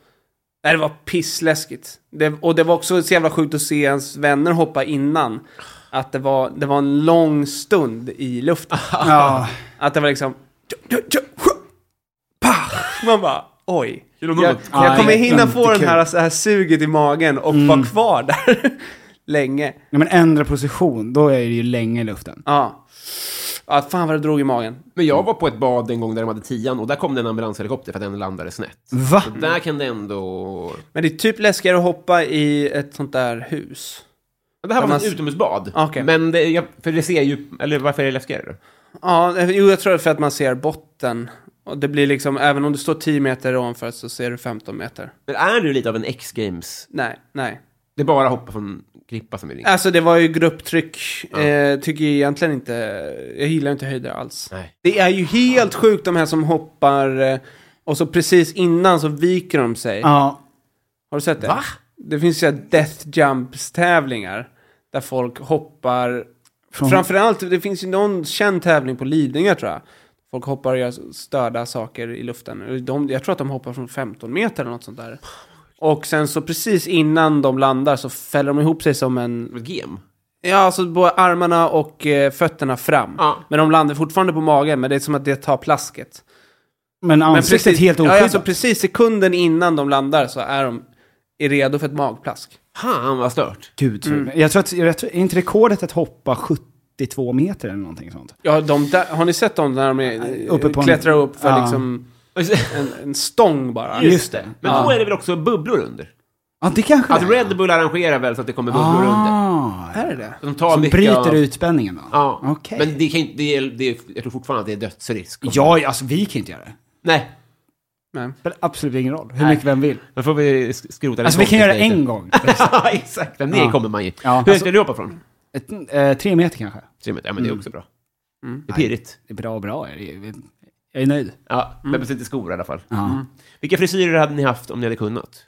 Speaker 3: Nej, det var pissläskigt. Det, och det var också så jävla sjukt att se ens vänner hoppa innan. Att det var, det var en lång stund i luften.
Speaker 2: Ja.
Speaker 3: Att det var liksom... Man bara, oj.
Speaker 5: Genom
Speaker 3: Jag,
Speaker 5: något.
Speaker 3: jag kommer
Speaker 2: Nej,
Speaker 3: hinna få
Speaker 2: inte
Speaker 3: den här, så här suget i magen och vara kvar där länge.
Speaker 2: Ja, men ändra position, då är det ju länge i luften.
Speaker 3: Ja. ja, fan vad det drog i magen.
Speaker 1: Men jag var på ett bad en gång där de hade tian och där kom det en ambulanshelikopter för att den landade snett.
Speaker 2: Va?
Speaker 1: Så Ah, där kan det ändå...
Speaker 3: Men det är typ läskigare att hoppa i ett sånt där hus.
Speaker 1: Det här var
Speaker 3: Men man-
Speaker 1: ett utomhusbad.
Speaker 3: Okej.
Speaker 1: Men det, jag, för det ser ju... Eller varför är det läskigare då?
Speaker 3: Ja, eh, jo, jag tror det är för att man ser botten. Och det blir liksom, även om du står 10 meter ovanför så ser du 15 meter.
Speaker 1: Men är du lite av en X-Games?
Speaker 3: Nej, nej.
Speaker 1: Det är bara hoppa från klippa som är
Speaker 2: Äh.
Speaker 1: din.
Speaker 3: Alltså det var ju grupptryck. Eh, tycker jag egentligen inte, jag gillar inte höjder alls.
Speaker 1: Nej.
Speaker 3: Det är ju helt sjukt de här som hoppar eh, och så precis innan så viker de sig.
Speaker 2: Ja.
Speaker 3: Har du sett det? Va? Det finns ju så här death jumps tävlingar. Där folk hoppar.
Speaker 2: Från-
Speaker 3: Framförallt, det finns ju någon känd tävling på Lidingö tror jag. Folk hoppar och gör störda saker i luften. De, jag tror att de hoppar från 15 meter eller något sånt där. Och sen så precis innan de landar så fäller de ihop sig som en
Speaker 1: Ett gem?
Speaker 3: Ja, alltså både armarna och eh, fötterna fram.
Speaker 1: Ja.
Speaker 3: Men de landar fortfarande på magen, men det är som att det tar plasket.
Speaker 2: Men
Speaker 3: Men
Speaker 2: ansiktet helt
Speaker 3: ja,
Speaker 2: oskyddat.
Speaker 3: alltså, precis sekunden innan de landar så är de är redo för ett magplask.
Speaker 1: Han var stört.
Speaker 2: Gud,
Speaker 1: Mm.
Speaker 2: jag tror att, jag tror, är inte rekordet att hoppa 72 meter eller någonting sånt?
Speaker 3: Ja, de där, har ni sett dem när de är, eh,
Speaker 2: Uppe på en-
Speaker 3: klättrar upp för
Speaker 2: Ja.
Speaker 3: liksom en, en stång bara?
Speaker 2: Just det.
Speaker 1: Men då är det väl också bubblor under?
Speaker 2: Ja, det kanske
Speaker 1: Att
Speaker 2: det är.
Speaker 1: Red Bull arrangerar väl så att det kommer bubblor under?
Speaker 2: Ah,
Speaker 3: Är det det?
Speaker 1: De tar
Speaker 2: som
Speaker 1: mycket
Speaker 2: bryter
Speaker 1: av-
Speaker 2: ut spänningen då?
Speaker 1: Ja.
Speaker 2: Okej.
Speaker 1: Men det kan inte, det är, det är, jag tror fortfarande att det är dödsrisk.
Speaker 2: Ja, alltså vi kan inte göra det.
Speaker 1: Nej.
Speaker 3: Nej.
Speaker 2: Det spelar absolut ingen roll. Hur mycket vem vill.
Speaker 1: Då får vi sk- skrota
Speaker 2: Alltså vi kan göra det en
Speaker 1: helikoptern.
Speaker 2: gång.
Speaker 1: Ja, exakt. Men det
Speaker 2: Ja.
Speaker 1: kommer man ju.
Speaker 2: Ja.
Speaker 1: Hur högt
Speaker 2: Alltså-
Speaker 1: är du hoppa från?
Speaker 2: Ett, eh, tre meter kanske.
Speaker 1: Tre meter? Ja, men det
Speaker 2: Mm.
Speaker 1: är också bra. Det är pirrigt.
Speaker 2: Det är bra och bra. är det. Jag är nöjd.
Speaker 1: Ja, men precis i skor i alla fall.
Speaker 2: Ja.
Speaker 1: Vilka frisyrer hade ni haft om ni hade kunnat?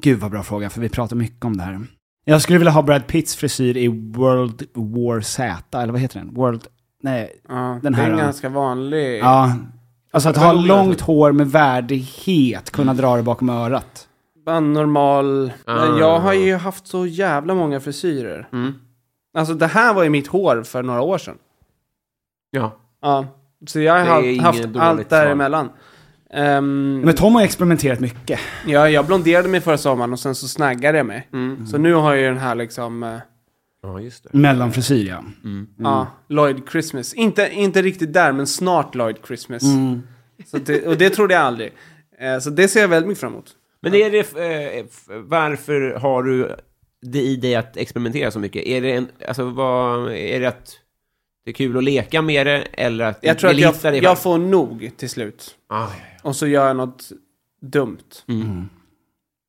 Speaker 2: Gud vad bra fråga, för vi pratar mycket om det här. Jag skulle vilja ha Brad Pitts frisyr i World War Z, eller vad heter den? World... Nej,
Speaker 3: Ja,
Speaker 2: Den
Speaker 3: det
Speaker 2: här,
Speaker 3: är en
Speaker 2: ja.
Speaker 3: ganska vanlig.
Speaker 2: ja. Alltså att ha
Speaker 1: Vad roligt.
Speaker 2: långt hår med värdighet, kunna dra det bakom örat.
Speaker 3: Bara normal.
Speaker 1: Ah.
Speaker 3: Men jag har ju haft så jävla många frisyrer.
Speaker 1: Mm.
Speaker 3: Alltså det här var ju mitt hår för några år sedan.
Speaker 1: Ja.
Speaker 3: Ja, så jag har
Speaker 1: Det är
Speaker 3: haft,
Speaker 1: inget
Speaker 3: haft
Speaker 1: dåligt
Speaker 3: allt däremellan. Ehm,
Speaker 2: Men Tom har experimenterat mycket.
Speaker 3: ja, jag blonderade mig förra sommaren och sen så snaggade jag mig.
Speaker 1: Mm.
Speaker 3: Så nu har jag ju den här liksom, eh,
Speaker 1: Ja, just det.
Speaker 2: Mellanfrisyr, ja.
Speaker 3: ja,
Speaker 2: Mm.
Speaker 3: Lloyd Christmas. Inte, inte riktigt där, men snart Lloyd Christmas.
Speaker 2: Mm.
Speaker 3: Så det, och det trodde jag aldrig. Eh, så det ser jag väldigt mycket fram emot.
Speaker 1: Men är det, eh, f- varför har du det i dig att experimentera så mycket? Är det, en, alltså, vad, är det att det är kul att leka med det eller att
Speaker 3: Jag tror
Speaker 1: det
Speaker 3: att
Speaker 1: litar
Speaker 3: jag,
Speaker 1: dig
Speaker 3: jag
Speaker 1: själv?
Speaker 3: får nog till slut.
Speaker 1: Ah, ja, ja.
Speaker 3: Och så gör jag något dumt.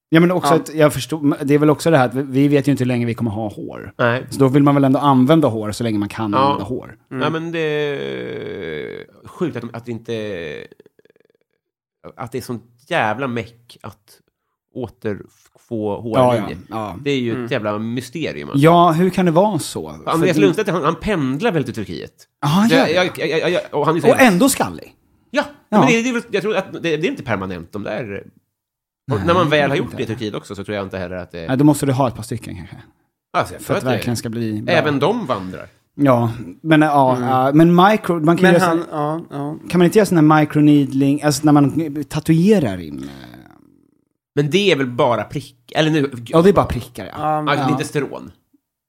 Speaker 2: Ja men också
Speaker 3: Ja.
Speaker 2: att jag förstod, det är väl också det här att vi- vi vet ju inte hur länge vi kommer ha hår.
Speaker 1: Nej.
Speaker 2: Så då vill man väl ändå använda hår så länge man kan
Speaker 1: Ja.
Speaker 2: använda hår.
Speaker 1: Nej, men det är sjukt att, de- att det inte... Att det är sånt jävla meck att återfå
Speaker 2: Ja,
Speaker 1: hårlinjer.
Speaker 2: ja, ja.
Speaker 1: Det är ju ett jävla mysterium. alltså.
Speaker 2: ja, hur kan det vara så?
Speaker 1: Andreas
Speaker 2: För-
Speaker 1: Lundstedt, han, han pendlar väl till Turkiet?
Speaker 2: Ja, han gör
Speaker 1: Jag-
Speaker 2: det.
Speaker 1: jag- jag- jag- jag- och han är så
Speaker 2: Och
Speaker 1: hemsk.
Speaker 2: ändå skallig.
Speaker 1: Ja,
Speaker 2: Ja.
Speaker 1: men det, det, är väl- jag tror att det, det är inte permanent de där... Och när man väl har gjort det i Turkiet också så tror jag inte heller att det...
Speaker 2: Nej, då måste du ha ett par stycken kanske.
Speaker 1: Alltså, jag
Speaker 2: För att det
Speaker 1: fötter-
Speaker 2: verkligen ska bli bra.
Speaker 1: Även de vandrar.
Speaker 2: Ja, men ja, ja, men micro, man kan,
Speaker 3: Men
Speaker 2: göra
Speaker 3: han,
Speaker 2: sån,
Speaker 3: ja, ja.
Speaker 2: kan man inte göra sån här microneedling, alltså när man tatuerar in? eh,
Speaker 1: Men det är väl bara prick... Eller nu...
Speaker 2: Ja, det är bara prickar ja.
Speaker 3: Ja,
Speaker 1: Ja,
Speaker 3: nej,
Speaker 1: det är inte strån.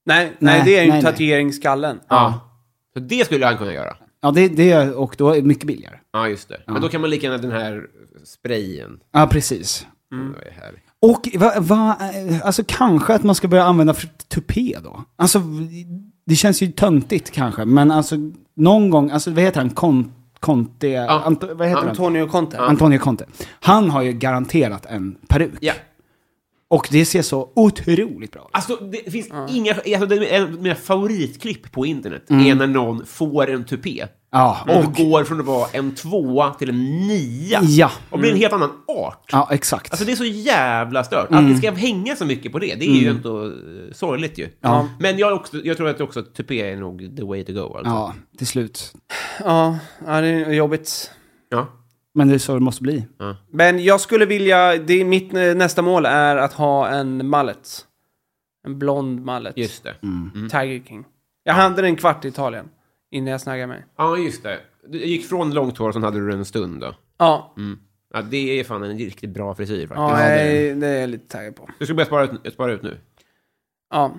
Speaker 3: nej,
Speaker 2: Nej,
Speaker 3: det är ju
Speaker 2: nej,
Speaker 3: en
Speaker 2: nej.
Speaker 3: tatuering i skallen.
Speaker 1: Ja. Så det skulle han kunna göra.
Speaker 2: Ja, det, det gör, och då är det mycket billigare.
Speaker 1: Ja, just det. Men då kan man lika gärna den här sprayen.
Speaker 2: Ja, precis.
Speaker 1: Det var ju härligt.
Speaker 2: Och va, va, eh, alltså kanske att man ska börja använda för tupé då? Alltså, det känns ju töntigt kanske, men alltså någon gång, alltså vad heter han, Kon, Conte, Anto, vad heter han?
Speaker 3: Antonio Conte.
Speaker 2: Antonio Conte. Han har ju garanterat en peruk.
Speaker 1: Ja.
Speaker 2: Och det ser så otroligt bra ut.
Speaker 1: Alltså, det finns inga... Alltså, det är en av mina favoritklipp på internet
Speaker 2: Mm.
Speaker 1: är när någon får en tupé.
Speaker 2: Ja,
Speaker 1: Och,
Speaker 2: och-
Speaker 1: går från att vara en tvåa till en nia.
Speaker 2: Ja.
Speaker 1: Och blir en helt annan art.
Speaker 2: Ja, exakt.
Speaker 1: Alltså det är så jävla stört. Att det ska hänga så mycket på det, det är ju ändå eh, sorgligt ju. Men jag, också, jag tror att också att tupé är nog the way to go. Alltså.
Speaker 2: Ja, till slut.
Speaker 3: Ja, ja, det är jobbigt.
Speaker 1: Ja.
Speaker 2: Men det är så det måste bli.
Speaker 3: Men jag skulle vilja, det är mitt eh, nästa mål är att ha en mallet. En blond mallet.
Speaker 1: Just det.
Speaker 2: mm.
Speaker 3: Tiger King. Jag hade den en kvart i Italien innan jag snaggade mig.
Speaker 1: Ja, just det. Du gick från långt hår och sen hade du en stund då.
Speaker 3: Ja,
Speaker 1: Ja, det är fan en riktigt bra frisyr faktiskt.
Speaker 3: ja
Speaker 1: Ja, det
Speaker 3: jag,
Speaker 1: är det.
Speaker 3: är- det är jag lite taggad på.
Speaker 1: Du ska börja spara ut, spara ut nu.
Speaker 3: Ja.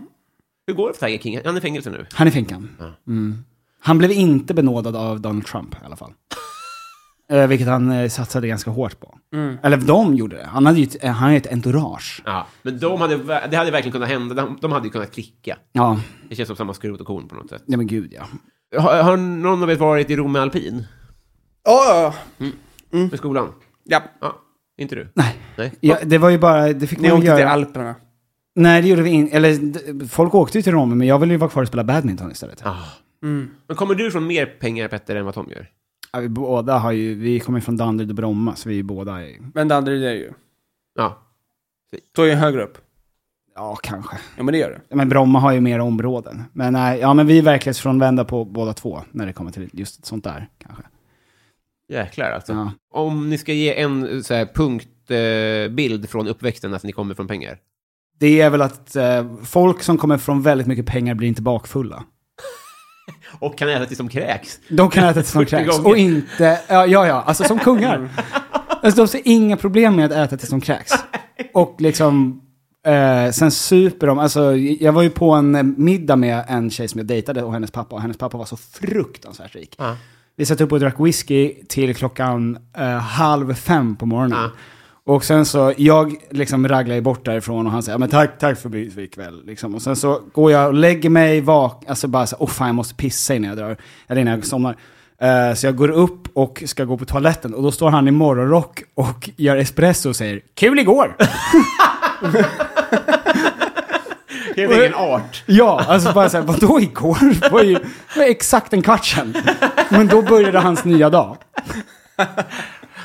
Speaker 1: Hur går det för Tiger King? Han är i fängelse nu.
Speaker 2: Han är finkan. Mm. Han blev inte benådad av Donald Trump i alla fall. Eh, vilket han eh, satsade ganska hårt på.
Speaker 3: Mm.
Speaker 2: Eller de gjorde det. Han hade ju ett, eh, han hade ju ett entourage.
Speaker 1: Ja, men de hade, ver- det hade verkligen kunnat hända. De, de hade ju kunnat klicka.
Speaker 2: Ja,
Speaker 1: Det känns som samma skrot och korn på något sätt.
Speaker 2: nej men gud ja.
Speaker 1: Har, har någon av er varit i Rom med alpin?
Speaker 2: Mm.
Speaker 3: Ja, ja,
Speaker 1: Med skolan?
Speaker 3: ja.
Speaker 1: Ja, inte du?
Speaker 2: Nej.
Speaker 1: Nej.
Speaker 2: ja det var ju bara, det fick
Speaker 3: Ni
Speaker 2: man ju
Speaker 3: åkte till
Speaker 2: göra.
Speaker 3: Alperna.
Speaker 2: Nej, det gjorde vi inte. Eller, d- folk åkte ju till Rom, men jag ville ju vara kvar och spela badminton istället.
Speaker 1: Ah.
Speaker 3: Mm.
Speaker 1: Men kommer du från mer pengar, Petter, än vad Tom gör?
Speaker 2: Ja, vi båda har ju, vi kommer ju från Danderyd och Bromma, så vi är ju båda i,
Speaker 3: Men det andra är det ju.
Speaker 1: Ja.
Speaker 3: Står ju högre upp.
Speaker 2: ja kanske.
Speaker 3: Ja, men det gör det.
Speaker 2: Ja, Men Bromma har ju mer områden. Men nej, ja men vi är verklighetsfrånvända på båda två, när det kommer till just sånt där kanske.
Speaker 1: Jäklar alltså.
Speaker 2: Ja.
Speaker 1: Om ni ska ge en så här, punktbild eh, bild från uppväxten, att ni kommer från pengar.
Speaker 2: Det är väl att eh, folk som kommer från väldigt mycket pengar blir inte bakfulla.
Speaker 1: Och kan äta tills de kräks.
Speaker 2: De kan äta tills de
Speaker 1: 40
Speaker 2: kräks
Speaker 1: gånger.
Speaker 2: och inte, ja ja, ja alltså som kungar. Alltså, de ser inga problem med att äta tills de kräks. Och liksom, eh, sen super de, alltså jag var ju på en eh, middag med en tjej som jag dejtade och hennes pappa, och hennes pappa var så fruktansvärt rik.
Speaker 1: Ja.
Speaker 2: Vi satt upp och drack whisky till klockan eh, halv fem på morgonen. Och sen så, jag liksom raglar ju bort därifrån och han säger, ja men tack, tack för vi- för ikväll. Liksom. Och sen så går jag och lägger mig vak, alltså bara så åh oh, fan jag måste pissa innan jag drar, eller innan jag somnar. Eh, så jag går upp och ska gå på toaletten och då står han i morgonrock och gör espresso och säger, kul igår!
Speaker 1: Helt egen art.
Speaker 2: Ja, alltså bara såhär, vadå igår? Det var ju det var exakt en kvart sedan. Men då började hans nya dag.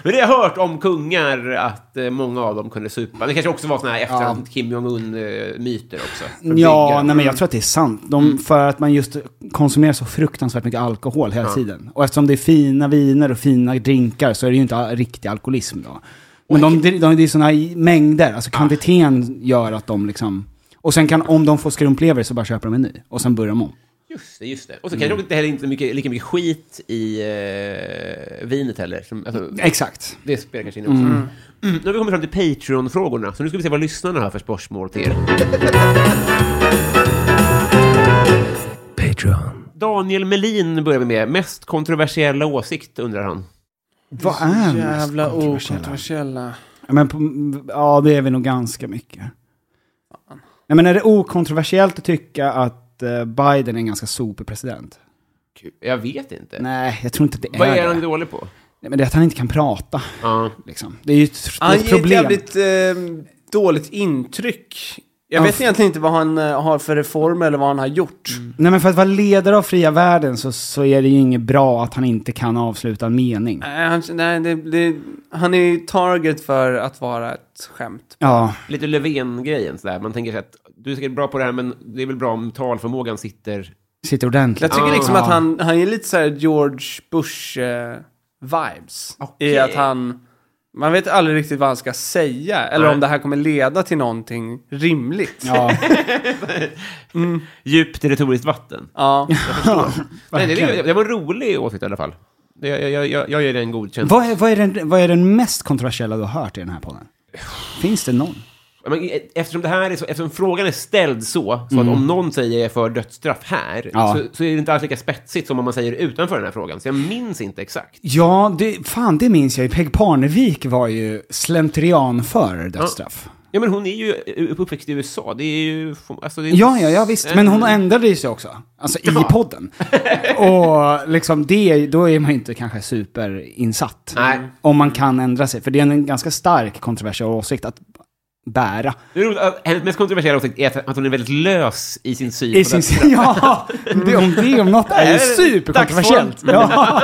Speaker 1: Men det har jag hört om kungar, att eh, många av dem kunde supa. Det kanske också var såna här efterhand Kim Jong-Un-myter också. För att
Speaker 2: Ja,
Speaker 1: bygga-
Speaker 2: nej men jag tror att det är sant. De, För att man just konsumerar så fruktansvärt mycket alkohol hela tiden. Och eftersom det är fina viner och fina drinkar så är det ju inte all- riktig alkoholism då. Men de, de, det är sådana mängder, alltså kvantiteten gör att de liksom... Och sen kan, om de får skrumplever så bara köper de en ny. Och sen börjar de om.
Speaker 1: Just det, just det. Och så kanske det inte heller inte mycket, lika mycket skit i eh, vinet heller. Som, alltså,
Speaker 2: Exakt.
Speaker 1: det spelar kanske in också. Mm. Nu har vi kommit fram till Patreon-frågorna, så nu ska vi se vad lyssnarna har för spörsmål till er.
Speaker 3: Patreon.
Speaker 1: Daniel Melin börjar vi med. Mest kontroversiella åsikt, undrar han.
Speaker 2: Vad är mest
Speaker 3: Jävla
Speaker 2: kontroversiella?
Speaker 3: okontroversiella.
Speaker 2: Ja, Men på, ja, det är vi nog ganska mycket. Nej, men är det okontroversiellt att tycka att eh, Biden är en ganska sopig president?
Speaker 1: Kul. Jag vet inte.
Speaker 2: Nej, jag tror inte att det
Speaker 1: vad
Speaker 2: är,
Speaker 1: är
Speaker 2: det.
Speaker 1: han dålig på?
Speaker 2: Nej, men det är att han inte kan prata.
Speaker 1: Ja.
Speaker 2: Liksom. Det är ju ett, det
Speaker 3: Han
Speaker 2: är
Speaker 3: ger
Speaker 2: ett
Speaker 3: ett
Speaker 2: problem.
Speaker 3: jävligt eh, dåligt intryck. Jag
Speaker 2: Ja,
Speaker 3: vet
Speaker 2: f- Mm.
Speaker 3: egentligen inte vad han eh, har för reformer eller vad han har gjort.
Speaker 2: Nej, men för att vara ledare av fria världen så, så är det ju inget bra att han inte kan avsluta en mening.
Speaker 3: Nej, han, nej det, det, han är ju target för att vara ett skämt.
Speaker 2: Ja,
Speaker 1: Lite Löfven-grejen sådär. Man tänker sig att du är säkert bra på det här, men det är väl bra om talförmågan sitter...
Speaker 2: sitter ordentligt.
Speaker 3: Jag tycker
Speaker 1: Ah.
Speaker 3: liksom att han, han är lite så här George Bush-vibes. I
Speaker 1: Okej.
Speaker 3: att han... Man vet aldrig riktigt vad han ska säga. Eller
Speaker 1: Nej.
Speaker 3: om det här kommer leda till någonting rimligt. Ja.
Speaker 2: Ja,
Speaker 1: Djupt i retoriskt vatten. Nej, det,
Speaker 2: verkligen.
Speaker 1: det, det var en rolig åsikt i alla fall. Det- Jag, jag, jag, jag ger den godkänd.
Speaker 2: vad, är, vad, är den, vad är den mest kontroversiella du har hört i den här podden? Finns det någon?
Speaker 1: Men e- eftersom, det här är så, eftersom frågan är ställd så, så att om någon säger för dödsstraff här,
Speaker 2: Mm. Ja.
Speaker 1: så, så är det inte alls lika spetsigt som om man säger utanför den här frågan. Så jag minns inte exakt.
Speaker 2: Ja, det, fan det minns jag ju. Peg Parnevik var ju slentrian för dödsstraff.
Speaker 1: Ja, men hon är ju uppväxt i USA. Det är ju... Alltså, det är
Speaker 2: Ja, ja, ja visst. Men hon ändrade ju sig också. Alltså i podden. Och liksom det, då är man ju inte kanske superinsatt.
Speaker 1: Nej.
Speaker 2: Om man kan ändra sig. För det är en ganska stark kontroversiell åsikt att bära.
Speaker 1: Det är roligt att Hennes mest kontroversiella åsikt är att- att hon är väldigt lös i sin syn
Speaker 2: I
Speaker 1: på
Speaker 2: sin,
Speaker 1: dödsstraff.
Speaker 2: ja, det, om det om något är ju
Speaker 1: Dagsform.
Speaker 2: superkontroversiellt. Ja.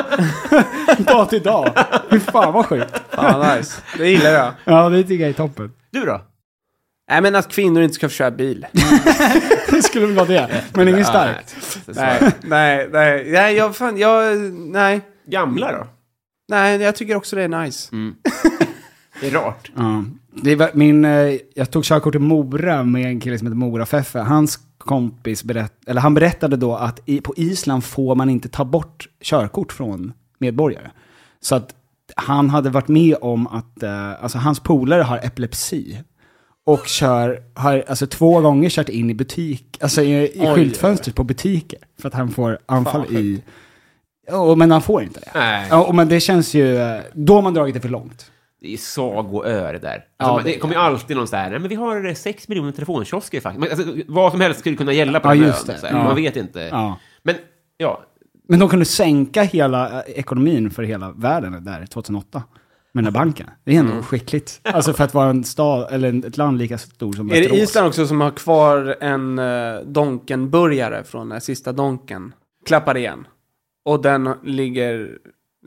Speaker 2: dag till dag. Fy fan vad sjukt.
Speaker 3: Fan, nice. Det gillar jag.
Speaker 2: Ja, det tycker jag är toppen.
Speaker 1: Du då?
Speaker 3: Nej, men att kvinnor inte ska få köra bil.
Speaker 2: Det skulle väl vara det. Men inget starkt.
Speaker 1: Nej.
Speaker 3: nej, nej, nej. Nej, jag fan, jag... Nej.
Speaker 1: Gamla då?
Speaker 3: Nej, jag tycker också det är nice.
Speaker 1: Det är rart.
Speaker 2: Ja. Det var min, eh, jag tog körkort i Mora med en kille som heter Mora-Feffe. Hans kompis berätt, eller han berättade då att i, på Island får man inte ta bort körkort från medborgare. Så att han hade varit med om att, eh, alltså hans polare har epilepsi. Och kör, har alltså två gånger kört in i butik, alltså i, i skyltfönstret på butiker. För att han får anfall i... Ja, men han får inte det.
Speaker 1: Nej.
Speaker 2: Ja, och men det känns ju, eh, då har man dragit det för långt.
Speaker 1: Det är sagoö det där. Alltså,
Speaker 2: Ja,
Speaker 1: man- det
Speaker 2: det-
Speaker 1: kommer ju alltid någon så här, "Nej, men vi har eh, sex miljoner telefonkiosker faktiskt. Men, alltså, vad som helst skulle kunna gälla på
Speaker 2: Ja,
Speaker 1: den ön.
Speaker 2: just det.
Speaker 1: Så här.
Speaker 2: Ja.
Speaker 1: Man vet inte.
Speaker 2: Ja.
Speaker 1: Men, ja.
Speaker 2: Men de kunde sänka hela eh, ekonomin för hela världen där 2008. Med den här banken. Det är ändå
Speaker 3: Mm.
Speaker 2: skickligt. Alltså för att vara en stad, eller en- ett land lika stor som
Speaker 3: Är det Island också som har kvar en uh, Donken-burgare från den sista Donken? Klappar igen. Och den ligger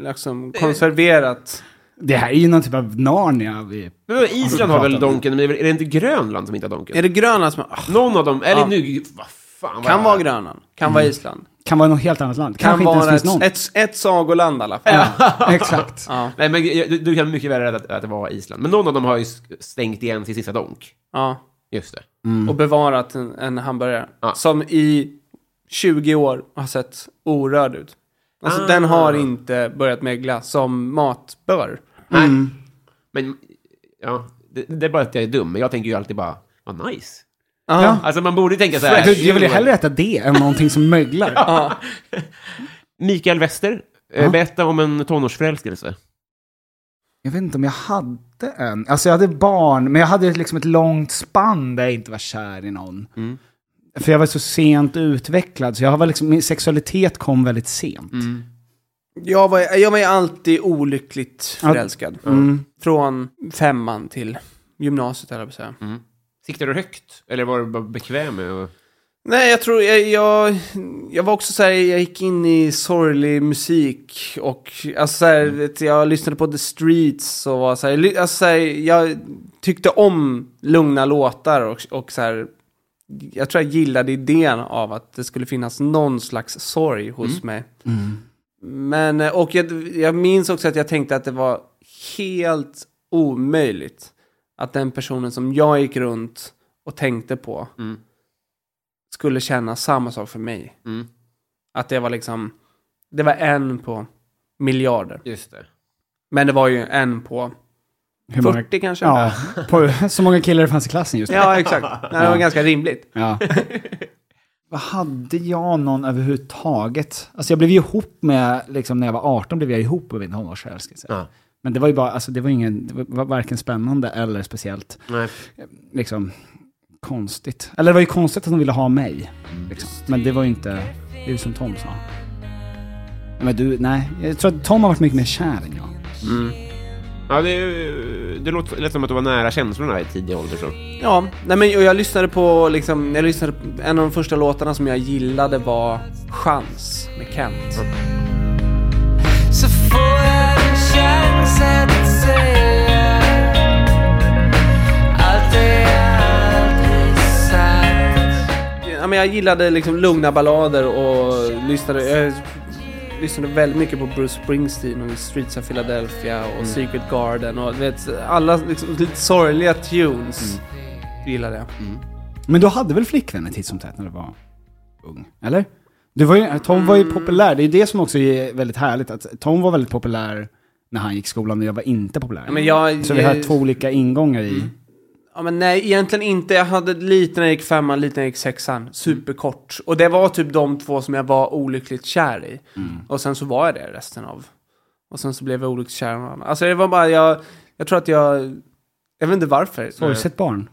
Speaker 3: liksom konserverat.
Speaker 2: Det här är ju någon typ av Narnia. Vi...
Speaker 1: Men, vadå, Island har väl Donken, men är det inte Grönland som inte har Donken?
Speaker 3: Är det Grönland som... Ah,
Speaker 1: Någon av dem, eller nu, vad fan. vad
Speaker 3: kan
Speaker 1: är
Speaker 3: vara
Speaker 1: det?
Speaker 3: Grönland. Kan vara Island.
Speaker 2: Kan vara något helt annat land.
Speaker 3: Kan
Speaker 2: Mm. Kanske inte
Speaker 3: vara
Speaker 2: ens
Speaker 3: ett,
Speaker 2: finns någon.
Speaker 3: ett, ett sagoland i alla fall.
Speaker 2: Ja, exakt.
Speaker 3: Ja.
Speaker 1: Nej, men jag- du, du kan mycket väl rädda att, att det var Island. Men någon av dem har ju sk- stängt igen till sista donk.
Speaker 3: ja.
Speaker 1: Just det.
Speaker 2: Mm.
Speaker 3: Och bevarat en, en hamburgare.
Speaker 1: Ja.
Speaker 3: Som i 20 år har sett orörd ut. Alltså den
Speaker 2: Ah.
Speaker 3: har inte börjat mögla som mat bör.
Speaker 1: Nej.
Speaker 2: Mm.
Speaker 1: Men, ja, det, det är bara att jag är dum. Men jag tänker ju alltid bara, vad nice.
Speaker 3: Ja.
Speaker 1: Alltså man borde ju tänka så här.
Speaker 2: Jag jag vill ju hellre äta det än någonting som möglar.
Speaker 1: Mikael Wester, eh,
Speaker 2: Ja.
Speaker 1: berätta om en tonårsförälskelse.
Speaker 2: Jag vet inte om jag hade en. Alltså jag hade barn, men jag hade liksom ett långt spann där jag inte var kär i någon.
Speaker 3: Mm.
Speaker 2: För jag var så sent utvecklad, så jag var liksom, min sexualitet kom väldigt sent.
Speaker 3: Mm. Jag, var, jag var ju alltid olyckligt förälskad.
Speaker 2: Mm.
Speaker 3: Från femman till gymnasiet, eller jag på att säga.
Speaker 1: Siktar du högt? Eller var du bara bekväm med att...
Speaker 3: Nej, jag tror, jag, jag, jag var också så här, jag gick in i sorglig musik och, alltså så här, vet, jag lyssnade på The Streets och var så här, ly- alltså så här, jag tyckte om lugna låtar och, och så här, jag tror jag gillade idén av att det skulle finnas någon slags sorg hos mig. Men, eh, och jag, jag minns också att jag tänkte att det var helt omöjligt att den personen som jag gick runt och tänkte på skulle känna samma sak för mig.
Speaker 1: Mm.
Speaker 3: Att det var liksom, det var en på miljarder.
Speaker 1: Just det.
Speaker 3: Men det var ju en på
Speaker 2: Hur
Speaker 3: 40
Speaker 2: många-
Speaker 3: kanske.
Speaker 2: Ja, på, så många killar det fanns i klassen just nu.
Speaker 3: ja exakt. Nej, det var ganska rimligt.
Speaker 2: Ja. Vad hade jag någon överhuvudtaget? Alltså jag blev ju ihop med, liksom när jag var 18 blev jag ihop med min tonårsförälskelse.
Speaker 1: Ja.
Speaker 2: Men det var ju bara, alltså det var ingen, det var varken spännande eller speciellt
Speaker 1: Nej.
Speaker 2: liksom konstigt. Eller det var ju konstigt att de ville ha mig. Liksom. Men det var ju inte, det är ju som Tom sa. Men du, nej. Jag tror att Tom har varit mycket mer kär än jag.
Speaker 1: Ja, det, det låter lät som att du var nära känslorna i tidig ålder. Så.
Speaker 3: Ja, nej men och jag lyssnade på liksom, jag lyssnade på, en av de första låtarna som jag gillade var Chans med Kent.
Speaker 5: Så får jag en chans att säga allt det jag aldrig sagt.
Speaker 3: Ja, men jag gillade liksom lugna ballader och lyssnade, jag lyssnade väldigt mycket på Bruce Springsteen och Streets of Philadelphia och Secret Garden och du vet, alla liksom, lite sorgliga tunes gillade jag.
Speaker 2: Men du hade väl flickvänner titt som tätt när du var ung? Eller? Du var ju, Tom var ju
Speaker 3: Mm.
Speaker 2: populär, det är ju det som också är väldigt härligt. Att Tom var väldigt populär när han gick i skolan och jag var inte populär.
Speaker 3: Ja, men jag, eh, mm.
Speaker 2: Så vi har två olika ingångar i...
Speaker 3: Ja men nej, egentligen inte. Jag hade lite när jag gick femman, lite när jag gick sexan. Superkort. Och det var typ de två som jag var olyckligt kär i.
Speaker 2: Mm.
Speaker 3: Och sen så var jag det resten av. Och sen så blev jag olyckligt kär i någon annan. Alltså det var bara, jag, jag tror att jag, jag vet inte varför.
Speaker 2: Sorgset barn.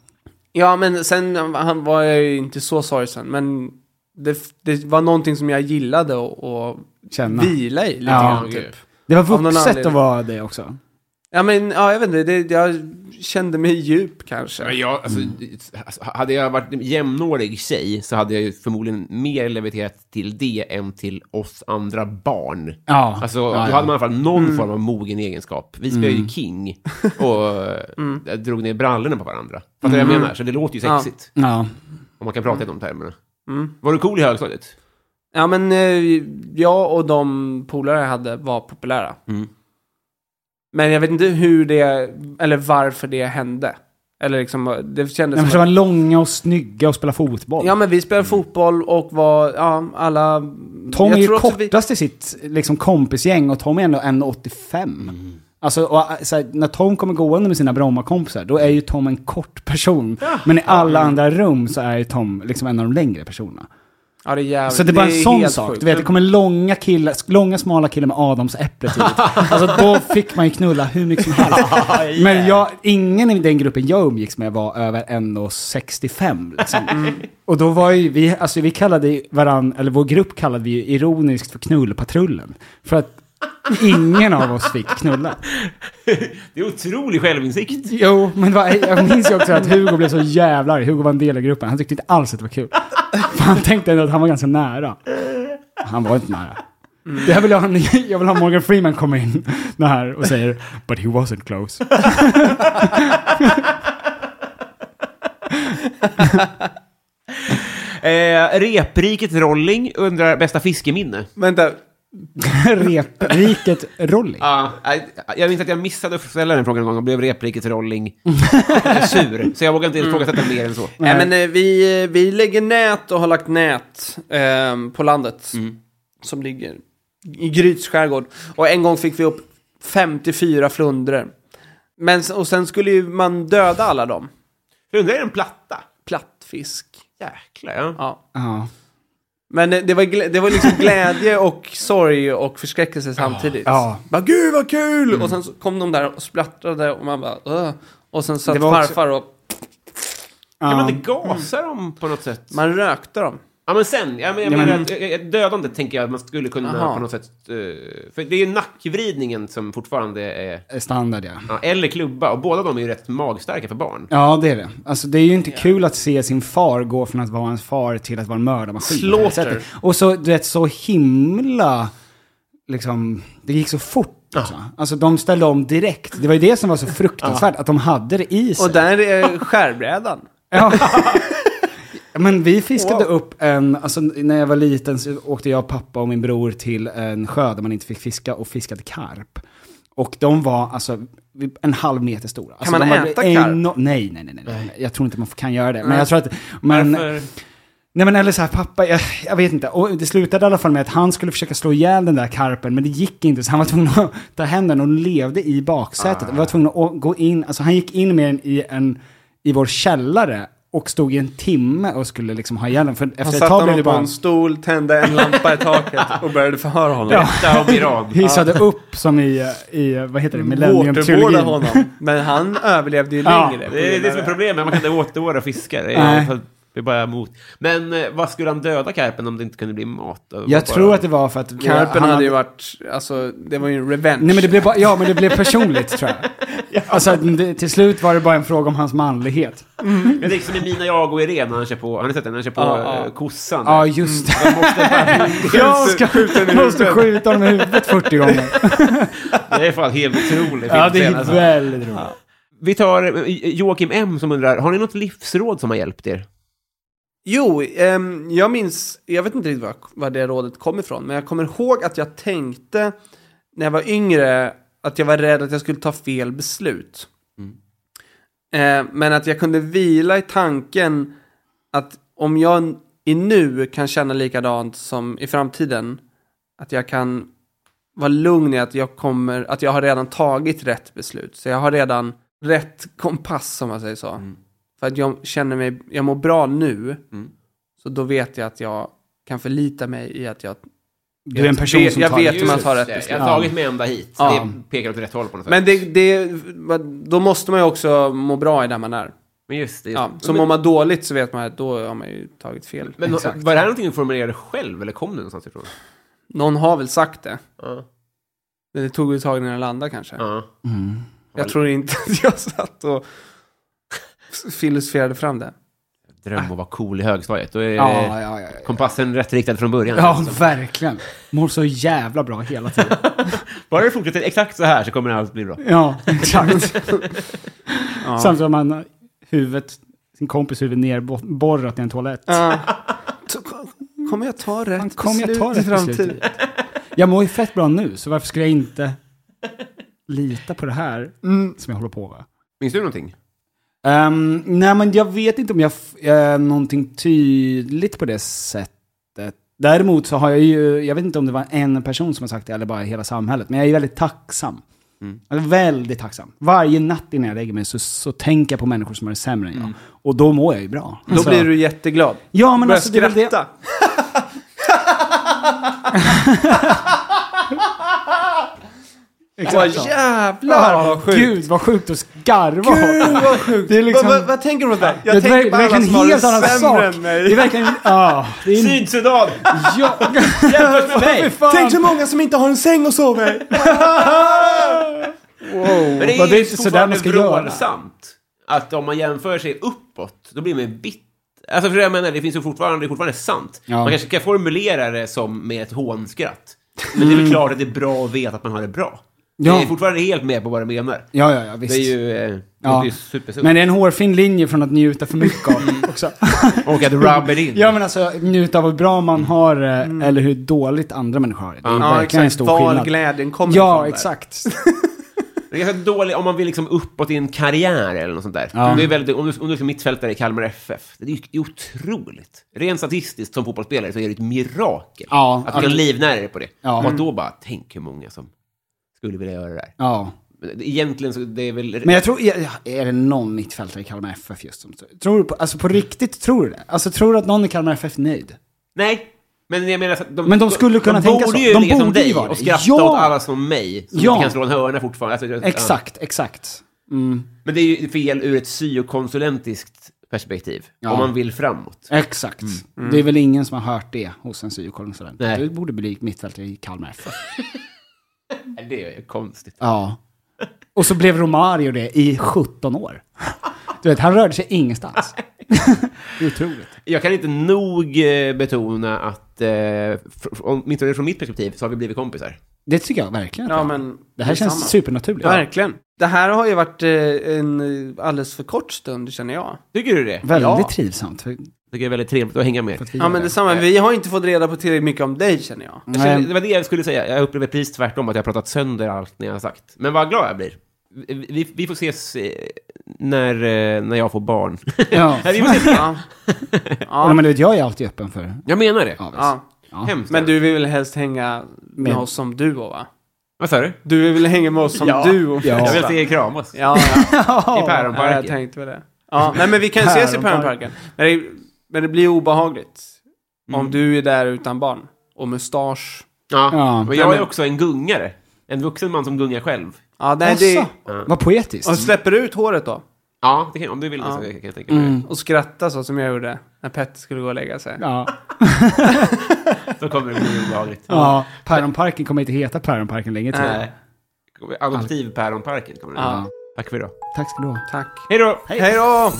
Speaker 3: Ja, men sen han var jag ju inte så sorgsen, men det, det var någonting som jag gillade och, och
Speaker 2: Känna.
Speaker 3: vila i lite
Speaker 2: Ja.
Speaker 3: grann, typ.
Speaker 2: Det var
Speaker 3: någon
Speaker 2: vuxet
Speaker 3: anledning.
Speaker 2: att vara det också.
Speaker 3: Ja, men ja, jag vet inte, det, jag kände mig djup kanske.
Speaker 1: Men jag, alltså, alltså, hade jag varit en jämnårig tjej så hade jag ju förmodligen mer leviterat till det än till oss andra barn.
Speaker 2: Ja.
Speaker 1: Alltså,
Speaker 2: ja,
Speaker 1: då hade
Speaker 2: ja.
Speaker 1: man i alla fall någon form av mogen egenskap. Vi spelade ju King och mm. drog ner brallorna på varandra. Fattar du vad jag menar? Så det låter ju
Speaker 3: Ja.
Speaker 1: sexigt.
Speaker 2: Ja.
Speaker 1: Om man kan prata i de termerna.
Speaker 3: Mm.
Speaker 1: Var du cool i högstadiet? Mm.
Speaker 3: Ja, men eh, jag och de polare jag hade var populära. Men jag vet inte hur det, eller varför det hände. Eller liksom, det kändes
Speaker 2: Men för de
Speaker 3: som
Speaker 2: var
Speaker 3: att,
Speaker 2: långa och snygga och spela fotboll.
Speaker 3: Ja men vi spelade fotboll och var, ja, alla...
Speaker 2: Tom
Speaker 3: jag
Speaker 2: Mm. är ju
Speaker 3: tror också vi-
Speaker 2: kortast i sitt liksom, kompisgäng och Tom är ändå 1,85.
Speaker 3: Mm.
Speaker 2: Alltså, och, äh, så här, när Tom kommer gående med sina Bromma-kompisar, då är ju Tom en kort person. Men i alla andra rum så är ju Tom liksom en av de längre personerna.
Speaker 3: Ja, det är jävligt,
Speaker 2: Så Alltså, det är bara en sån
Speaker 3: helt
Speaker 2: sak.
Speaker 3: sjukt.
Speaker 2: Du vet, det kommer långa killar, långa smala killar med Adams äpple tidigt. Alltså då fick man ju knulla hur mycket som helst. Men jag, ingen i den gruppen jag umgicks med var över 1,65 liksom. Och då var ju vi, alltså vi kallade ju varann, eller vår grupp kallade vi ju ironiskt för knullpatrullen. För att ingen av oss fick knulla.
Speaker 1: Det är otrolig självinsikt.
Speaker 2: Jo, men det var, jag minns ju också att Hugo blev så jävla arg. Hugo var en del av gruppen. Han tyckte inte alls att det var kul. För han tänkte ändå att han var ganska nära. Han var inte nära. Det här vill jag, ha, jag vill ha Morgan Freeman komma in det här och säger “But he wasn't close”.
Speaker 1: Eh, repriket Rolling undrar bästa fiskeminne.
Speaker 3: Vänta,
Speaker 2: Repriket Rolling.
Speaker 1: Ja, nej, Ah, jag minns att jag missade att ställa den frågan en gång och blev repriket Rolling sur. Så jag vågar inte ifrågasätta mer än så.
Speaker 3: Nej, men eh, vi, eh, vi lägger nät och har lagt nät ehm, på landet.
Speaker 2: Mm.
Speaker 3: Som ligger i Gryts skärgård. Och en gång fick vi upp 54 flundror. Men, s- och sen skulle ju man döda alla dem.
Speaker 1: Undrar är det en platta?
Speaker 3: Plattfisk.
Speaker 1: Jäklar, ja.
Speaker 3: Ja.
Speaker 2: Ja.
Speaker 3: Men eh, det var, glä- det var liksom glädje och sorg och förskräckelse samtidigt.
Speaker 2: ja. Mm.
Speaker 3: Bara, Gud vad kul! Och sen så kom de där och splattrade och man bara Åh. Och sen satt
Speaker 2: Det var också-
Speaker 3: farfar och
Speaker 1: Kan
Speaker 2: Ja.
Speaker 1: man inte gasa dem på något sätt?
Speaker 3: man rökte dem.
Speaker 1: Ja, men sen. Ja, men jag
Speaker 2: Ja,
Speaker 1: menar
Speaker 2: men-
Speaker 1: att, eh, eh, dödandet tänker jag att man skulle kunna
Speaker 3: Aha.
Speaker 1: på något sätt... eh, För det är ju nackvridningen som fortfarande är...
Speaker 2: Standard ja.
Speaker 1: Ja, eller klubba, och båda de är ju rätt magstarka för barn.
Speaker 2: Ja, det är det. Alltså det är ju inte kul att se sin far gå från att vara ens far till att vara en mördarmaskin. på det här
Speaker 3: Slaughter.
Speaker 2: sättet. Och så, du vet, så himla, liksom, det gick så fort. Alltså. alltså de ställde om direkt. Det var ju det som var så fruktansvärt, att de hade det i sig.
Speaker 3: Och där är skärbrädan.
Speaker 2: Ja. Men vi fiskade upp en, alltså när jag var liten så åkte jag, pappa och min bror till en sjö där man inte fick fiska och fiskade karp. Och de var alltså en halv meter stora. Kan alltså,
Speaker 3: man
Speaker 2: de var
Speaker 3: äta karp?
Speaker 2: eno- Nej, nej, nej, nej, nej. Jag tror inte man kan göra det. Men jag tror att... Men,
Speaker 1: Varför?
Speaker 2: Nej men eller så här, pappa, jag, jag vet inte. Och det slutade i alla fall med att han skulle försöka slå ihjäl den där karpen, men det gick inte. Så han var tvungen att ta hem den och levde i
Speaker 3: Ah.
Speaker 2: baksätet. Vi var tvungna att gå in, alltså han gick in med den i, en, i vår källare och stod i en timme och skulle liksom ha ihjäl den. För
Speaker 3: Han
Speaker 2: efter ett
Speaker 3: satte
Speaker 2: tag blev
Speaker 3: honom
Speaker 2: det
Speaker 3: på
Speaker 2: bara...
Speaker 3: en stol, tände en lampa i taket och började förhöra honom.
Speaker 2: Ja.
Speaker 1: Där har vi rad.
Speaker 2: Hissade
Speaker 3: Ah.
Speaker 2: upp som i, i vad heter det,
Speaker 3: Waterboarda
Speaker 2: millennium-trilogin.
Speaker 3: honom. Men han överlevde ju
Speaker 2: Ja.
Speaker 3: längre.
Speaker 1: Det är det som är problemet, man kan inte återvårda fiskar. Det är-
Speaker 2: Nej.
Speaker 1: för- Det är bara emot. Men eh, vad skulle han döda karpen om det inte kunde bli mat? Det var bara-
Speaker 2: Jag tror att det var för att...
Speaker 3: Karpen
Speaker 2: han
Speaker 3: hade ju varit, alltså det var ju en revenge.
Speaker 2: Nej men det blev bara, ja men det blev personligt tror jag. Alltså det, till slut var det bara en fråga om hans manlighet.
Speaker 1: Men det är som i Mina jag och Irene, när han kör på, har ni sett den? När han kör på
Speaker 3: Ja,
Speaker 1: eh, kossan.
Speaker 2: Ja just det. Mm. Jag
Speaker 1: Måste
Speaker 2: ska, måste skjuta honom i huvudet 40 gånger.
Speaker 1: det är fan helt otroligt.
Speaker 2: Ja, det är
Speaker 1: Alltså.
Speaker 2: väldigt roligt.
Speaker 1: Vi tar eh, Joakim M som undrar, har ni något livsråd som har hjälpt er?
Speaker 3: Jo, ehm, jag minns, jag vet inte riktigt var, var det rådet kom ifrån, men jag kommer ihåg att jag tänkte när jag var yngre att jag var rädd att jag skulle ta fel beslut. Eh, men att jag kunde vila i tanken att om jag i nu kan känna likadant som i framtiden, att jag kan vara lugn i att jag kommer, att jag har redan tagit rätt beslut. Så jag har redan rätt kompass om man säger så. För att jag känner mig, jag mår bra nu. Så då vet jag att jag kan förlita mig i att jag...
Speaker 2: Du är en person
Speaker 3: vet-
Speaker 2: som
Speaker 3: jag
Speaker 2: tar
Speaker 3: vet
Speaker 2: det.
Speaker 3: hur man tar rätt
Speaker 1: Just det,
Speaker 3: beslut.
Speaker 1: Jag har tagit mig ända hit.
Speaker 3: Ja.
Speaker 1: Det pekar åt rätt håll på något sätt.
Speaker 3: Men det, det, då måste man ju också må bra i där man är.
Speaker 1: Men just det. Just.
Speaker 3: Ja, så
Speaker 1: men,
Speaker 3: mår man dåligt så vet man att då har man ju tagit fel.
Speaker 1: men var det här någonting du formulerade själv eller kom det någonstans ifrån?
Speaker 3: Någon har väl sagt det.
Speaker 1: Ja.
Speaker 3: Men det tog ett tag innan jag landade kanske.
Speaker 1: Ja.
Speaker 3: Jag tror inte att jag satt och filosoferade fram det.
Speaker 1: Dröm om att vara cool i högstadiet. eh, Då är
Speaker 2: Ja, ja, ja.
Speaker 1: kompassen rätt riktad från början.
Speaker 2: Ja, verkligen. Mår så jävla bra hela tiden.
Speaker 1: Bara det fortsätter exakt så här så kommer allt bli bra.
Speaker 2: Ja, exakt. Samtidigt som man har huvudet, sin kompis huvud nerborrat i en toalett.
Speaker 3: Kommer jag ta rätt
Speaker 2: Fan, kommer jag
Speaker 3: beslut
Speaker 2: ta
Speaker 3: i
Speaker 2: rätt
Speaker 3: framtiden?
Speaker 2: beslut? Jag mår ju fett bra nu, så varför skulle jag inte lita på det här
Speaker 3: Mm.
Speaker 2: som jag håller på med.
Speaker 1: Minns du någonting?
Speaker 2: Ehm, nej, men jag vet inte om jag f- eh, någonting tydligt på det sättet. Däremot så har jag ju, jag vet inte om det var en person som har sagt det eller bara hela samhället, men jag är väldigt tacksam.
Speaker 3: Mm.
Speaker 2: Jag är väldigt tacksam. Varje natt innan jag lägger mig så, så tänker jag på människor som har det sämre än jag. Och då mår jag ju bra.
Speaker 3: Mm. Då blir du jätteglad.
Speaker 2: Alltså- Ja, men
Speaker 3: Börjar
Speaker 2: alltså det är väl det-
Speaker 3: skratta. Vad
Speaker 2: så.
Speaker 3: jävlar vad sjukt.
Speaker 2: Gud vad sjukt att skarva
Speaker 3: Gud, vad sjukt.
Speaker 2: Det är liksom-
Speaker 3: vad, vad, vad tänker du om det där? Jag
Speaker 2: Det
Speaker 3: tänker
Speaker 2: verkar
Speaker 3: på
Speaker 2: det är
Speaker 3: alla
Speaker 2: verkligen
Speaker 3: som
Speaker 2: en
Speaker 3: har det
Speaker 2: helt annan sak.
Speaker 3: sämre än
Speaker 2: Det är
Speaker 3: mig.
Speaker 2: verkligen... Ja. det är en-
Speaker 1: Sydsudan!
Speaker 2: Ja. Jämfört
Speaker 3: Hej, Tänk så många som inte har en säng att sova i.
Speaker 1: Men det
Speaker 2: Men
Speaker 1: är,
Speaker 2: det är
Speaker 1: ju
Speaker 2: inte så där
Speaker 1: fortfarande
Speaker 2: man ska göra.
Speaker 1: vrålsamt. Att om man jämför sig uppåt, då blir man bitter. Alltså för det jag menar, det finns ju fortfarande, det är fortfarande sant.
Speaker 2: Ja.
Speaker 1: Man kanske kan formulera det som med ett hånskratt. Men det är väl klart att det är bra att veta att man har det bra.
Speaker 2: Mm. Ja.
Speaker 1: Jag är fortfarande helt med på vad du menar.
Speaker 2: Ja, ja, ja, visst.
Speaker 1: Det är ju, eh, det
Speaker 2: Ja.
Speaker 1: är ju Mm. supersunt.
Speaker 2: Men det är en hårfin linje från att njuta för mycket av också.
Speaker 1: Och att rub it in.
Speaker 2: Ja men alltså njuta av hur bra
Speaker 1: Mm.
Speaker 2: man har eh, eller hur dåligt andra människor har det. Det är
Speaker 3: Ja,
Speaker 2: verkligen en
Speaker 3: Mm. exakt.
Speaker 2: stor
Speaker 3: Var
Speaker 2: skillnad.
Speaker 3: glädjen kommer ifrån
Speaker 2: Ja,
Speaker 3: där.
Speaker 2: exakt.
Speaker 1: Det är ganska dåligt om man vill liksom uppåt i en karriär eller något sånt där.
Speaker 2: Ja.
Speaker 1: Det är väldigt, om du, om du är mittfältare i Kalmar FF, det är ju otroligt. Rent statistiskt som fotbollsspelare så är det ett mirakel
Speaker 2: Ja,
Speaker 1: att du kan
Speaker 2: att-
Speaker 1: livnära dig på det.
Speaker 2: Ja. Mm.
Speaker 1: Och att då bara, tänk hur många som skulle vilja göra det där.
Speaker 2: Ja.
Speaker 1: Men det- Egentligen så det är väl...
Speaker 2: Men jag tror, ja, ja, är det någon mittfältare i Kalmar FF just som... Tror du på, alltså på riktigt, tror du det? Alltså tror du att någon i Kalmar FF är nöjd?
Speaker 1: Nej! Men jag menar att de,
Speaker 2: Men de skulle kunna tänka
Speaker 1: borde
Speaker 2: så.
Speaker 1: Ju
Speaker 2: De
Speaker 1: ligga som
Speaker 2: borde ju
Speaker 1: dig
Speaker 2: vara
Speaker 1: och
Speaker 2: det.
Speaker 1: skratta
Speaker 2: Ja.
Speaker 1: åt alla som mig, som
Speaker 2: Ja.
Speaker 1: inte kan slå en hörna fortfarande. Alltså, jag-
Speaker 2: Exakt, exakt. Mm,
Speaker 1: Ja. Men det är ju fel ur ett syokonsulentiskt perspektiv,
Speaker 2: Ja.
Speaker 1: om man vill framåt.
Speaker 2: exakt. Det är väl ingen som har hört det hos en syokonsulent.
Speaker 1: Mm. Nej.
Speaker 2: Du borde bli mittfältare i Kalmar FF.
Speaker 1: Det är ju konstigt.
Speaker 2: Ja. Och så blev Romario det i 17 år. Du vet, han rörde sig ingenstans. Det är Otroligt.
Speaker 1: Jag kan inte nog eh, betona att, eh, fr- om- åtminstone från mitt perspektiv, så har vi blivit kompisar.
Speaker 2: Det tycker jag verkligen. att
Speaker 3: Ja,
Speaker 2: jag-
Speaker 3: men
Speaker 2: det här
Speaker 3: detsamma.
Speaker 2: känns supernaturligt.
Speaker 3: Verkligen. Det här har ju varit eh, en eh, alldeles för kort stund, känner jag.
Speaker 1: Tycker du det?
Speaker 2: Väldigt
Speaker 3: Ja.
Speaker 2: trivsamt. För,
Speaker 1: Jag tycker det är väldigt trevligt att hänga med.
Speaker 2: för att vi
Speaker 3: Ja, men detsamma. Vi har inte fått reda på tillräckligt mycket om dig, känner jag.
Speaker 1: Jag känner-
Speaker 2: Nej.
Speaker 1: det var det jag skulle säga. Jag upplever precis tvärtom, att jag har pratat sönder allt ni har sagt. Men vad glad jag blir. Vi- Vi, vi får ses eh, när, eh, när jag får barn.
Speaker 2: Ja.
Speaker 1: Nej, vi får ses.
Speaker 3: Ja.
Speaker 2: Ja,
Speaker 3: ja.
Speaker 2: men du vet, jag är alltid öppen för
Speaker 1: Jag menar det.
Speaker 2: avis.
Speaker 3: ja.
Speaker 1: Hemskt.
Speaker 3: Men du vill väl helst hänga med
Speaker 2: Men-
Speaker 3: oss som duo, va?
Speaker 1: Vad sa du?
Speaker 3: Du vill väl hänga med oss som
Speaker 2: Ja.
Speaker 3: duo?
Speaker 2: Ja.
Speaker 1: Jag vill
Speaker 3: först, va?
Speaker 1: se er kramas.
Speaker 3: Ja, ja.
Speaker 1: I
Speaker 3: ja, jag
Speaker 1: Päronparken.
Speaker 3: tänkte väl det. Ja, nej, men vi kan ju ses i Päronparken. Men det, men det blir obehagligt om du är där utan barn och mustasch.
Speaker 1: Ja,
Speaker 2: Ja.
Speaker 1: Men jag är också en gungare. En vuxen man som gungar själv.
Speaker 3: Ja, nej, det,
Speaker 2: Jaså? Vad poetiskt.
Speaker 3: och släpper du ut håret då?
Speaker 1: Ja, det kan, om du vill det så kan jag tänka mig det.
Speaker 3: Och skratta så som jag gjorde när Petter skulle gå och lägga sig.
Speaker 2: Ja.
Speaker 1: Då kommer det bli obehagligt.
Speaker 2: ja. Päronparken kommer inte heta Päronparken länge till.
Speaker 3: Nej.
Speaker 1: Adoptiv Päronparken kommer det
Speaker 3: Ja.
Speaker 1: bli. Tack för idag.
Speaker 2: Tack ska du ha.
Speaker 3: Tack.
Speaker 1: Hej då!
Speaker 3: Hej då!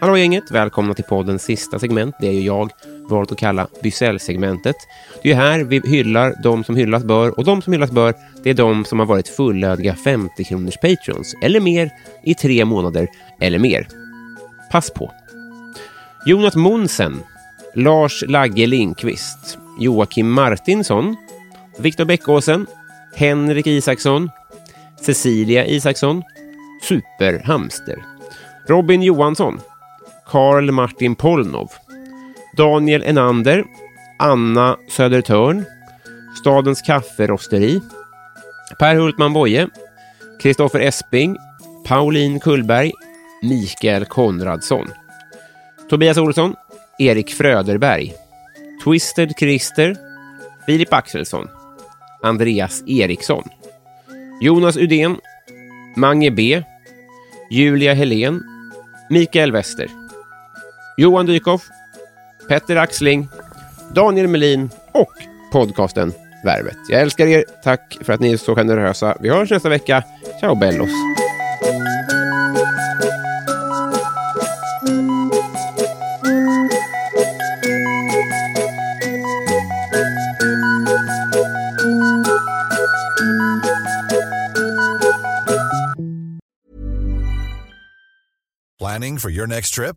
Speaker 1: Hallå gänget! Välkomna till poddens sista segment. Det är ju jag valt att kalla Bysell-segmentet. Det är ju här vi hyllar de som hyllas bör och de som hyllas bör, det är de som har varit fullödiga 50 kronors patrons eller mer i tre månader eller mer. Pass på! Jonas Monsen, Lars Lagge Lindqvist, Joakim Martinsson, Viktor Bäckåsen, Henrik Isaksson, Cecilia Isaksson, Superhamster. Robin Johansson, Karl Martin Polnov, Daniel Enander, Anna Södertörn, Stadens Kafferosteri, Per Hultman Boye, Kristoffer Esping, Pauline Kullberg, Mikael Konradsson, Tobias Olsson, Erik Fröderberg, Twisted Christer, Filip Axelsson, Andreas Eriksson, Jonas Udén, Mange B, Julia Helén, Mikael Wester, Johan Dykhoff, Petter Axling, Daniel Melin och podcasten Värvet. Jag älskar er. Tack för att ni är så generösa. Vi hörs nästa vecka. Ciao bellos.
Speaker 6: Planning planning for your next trip?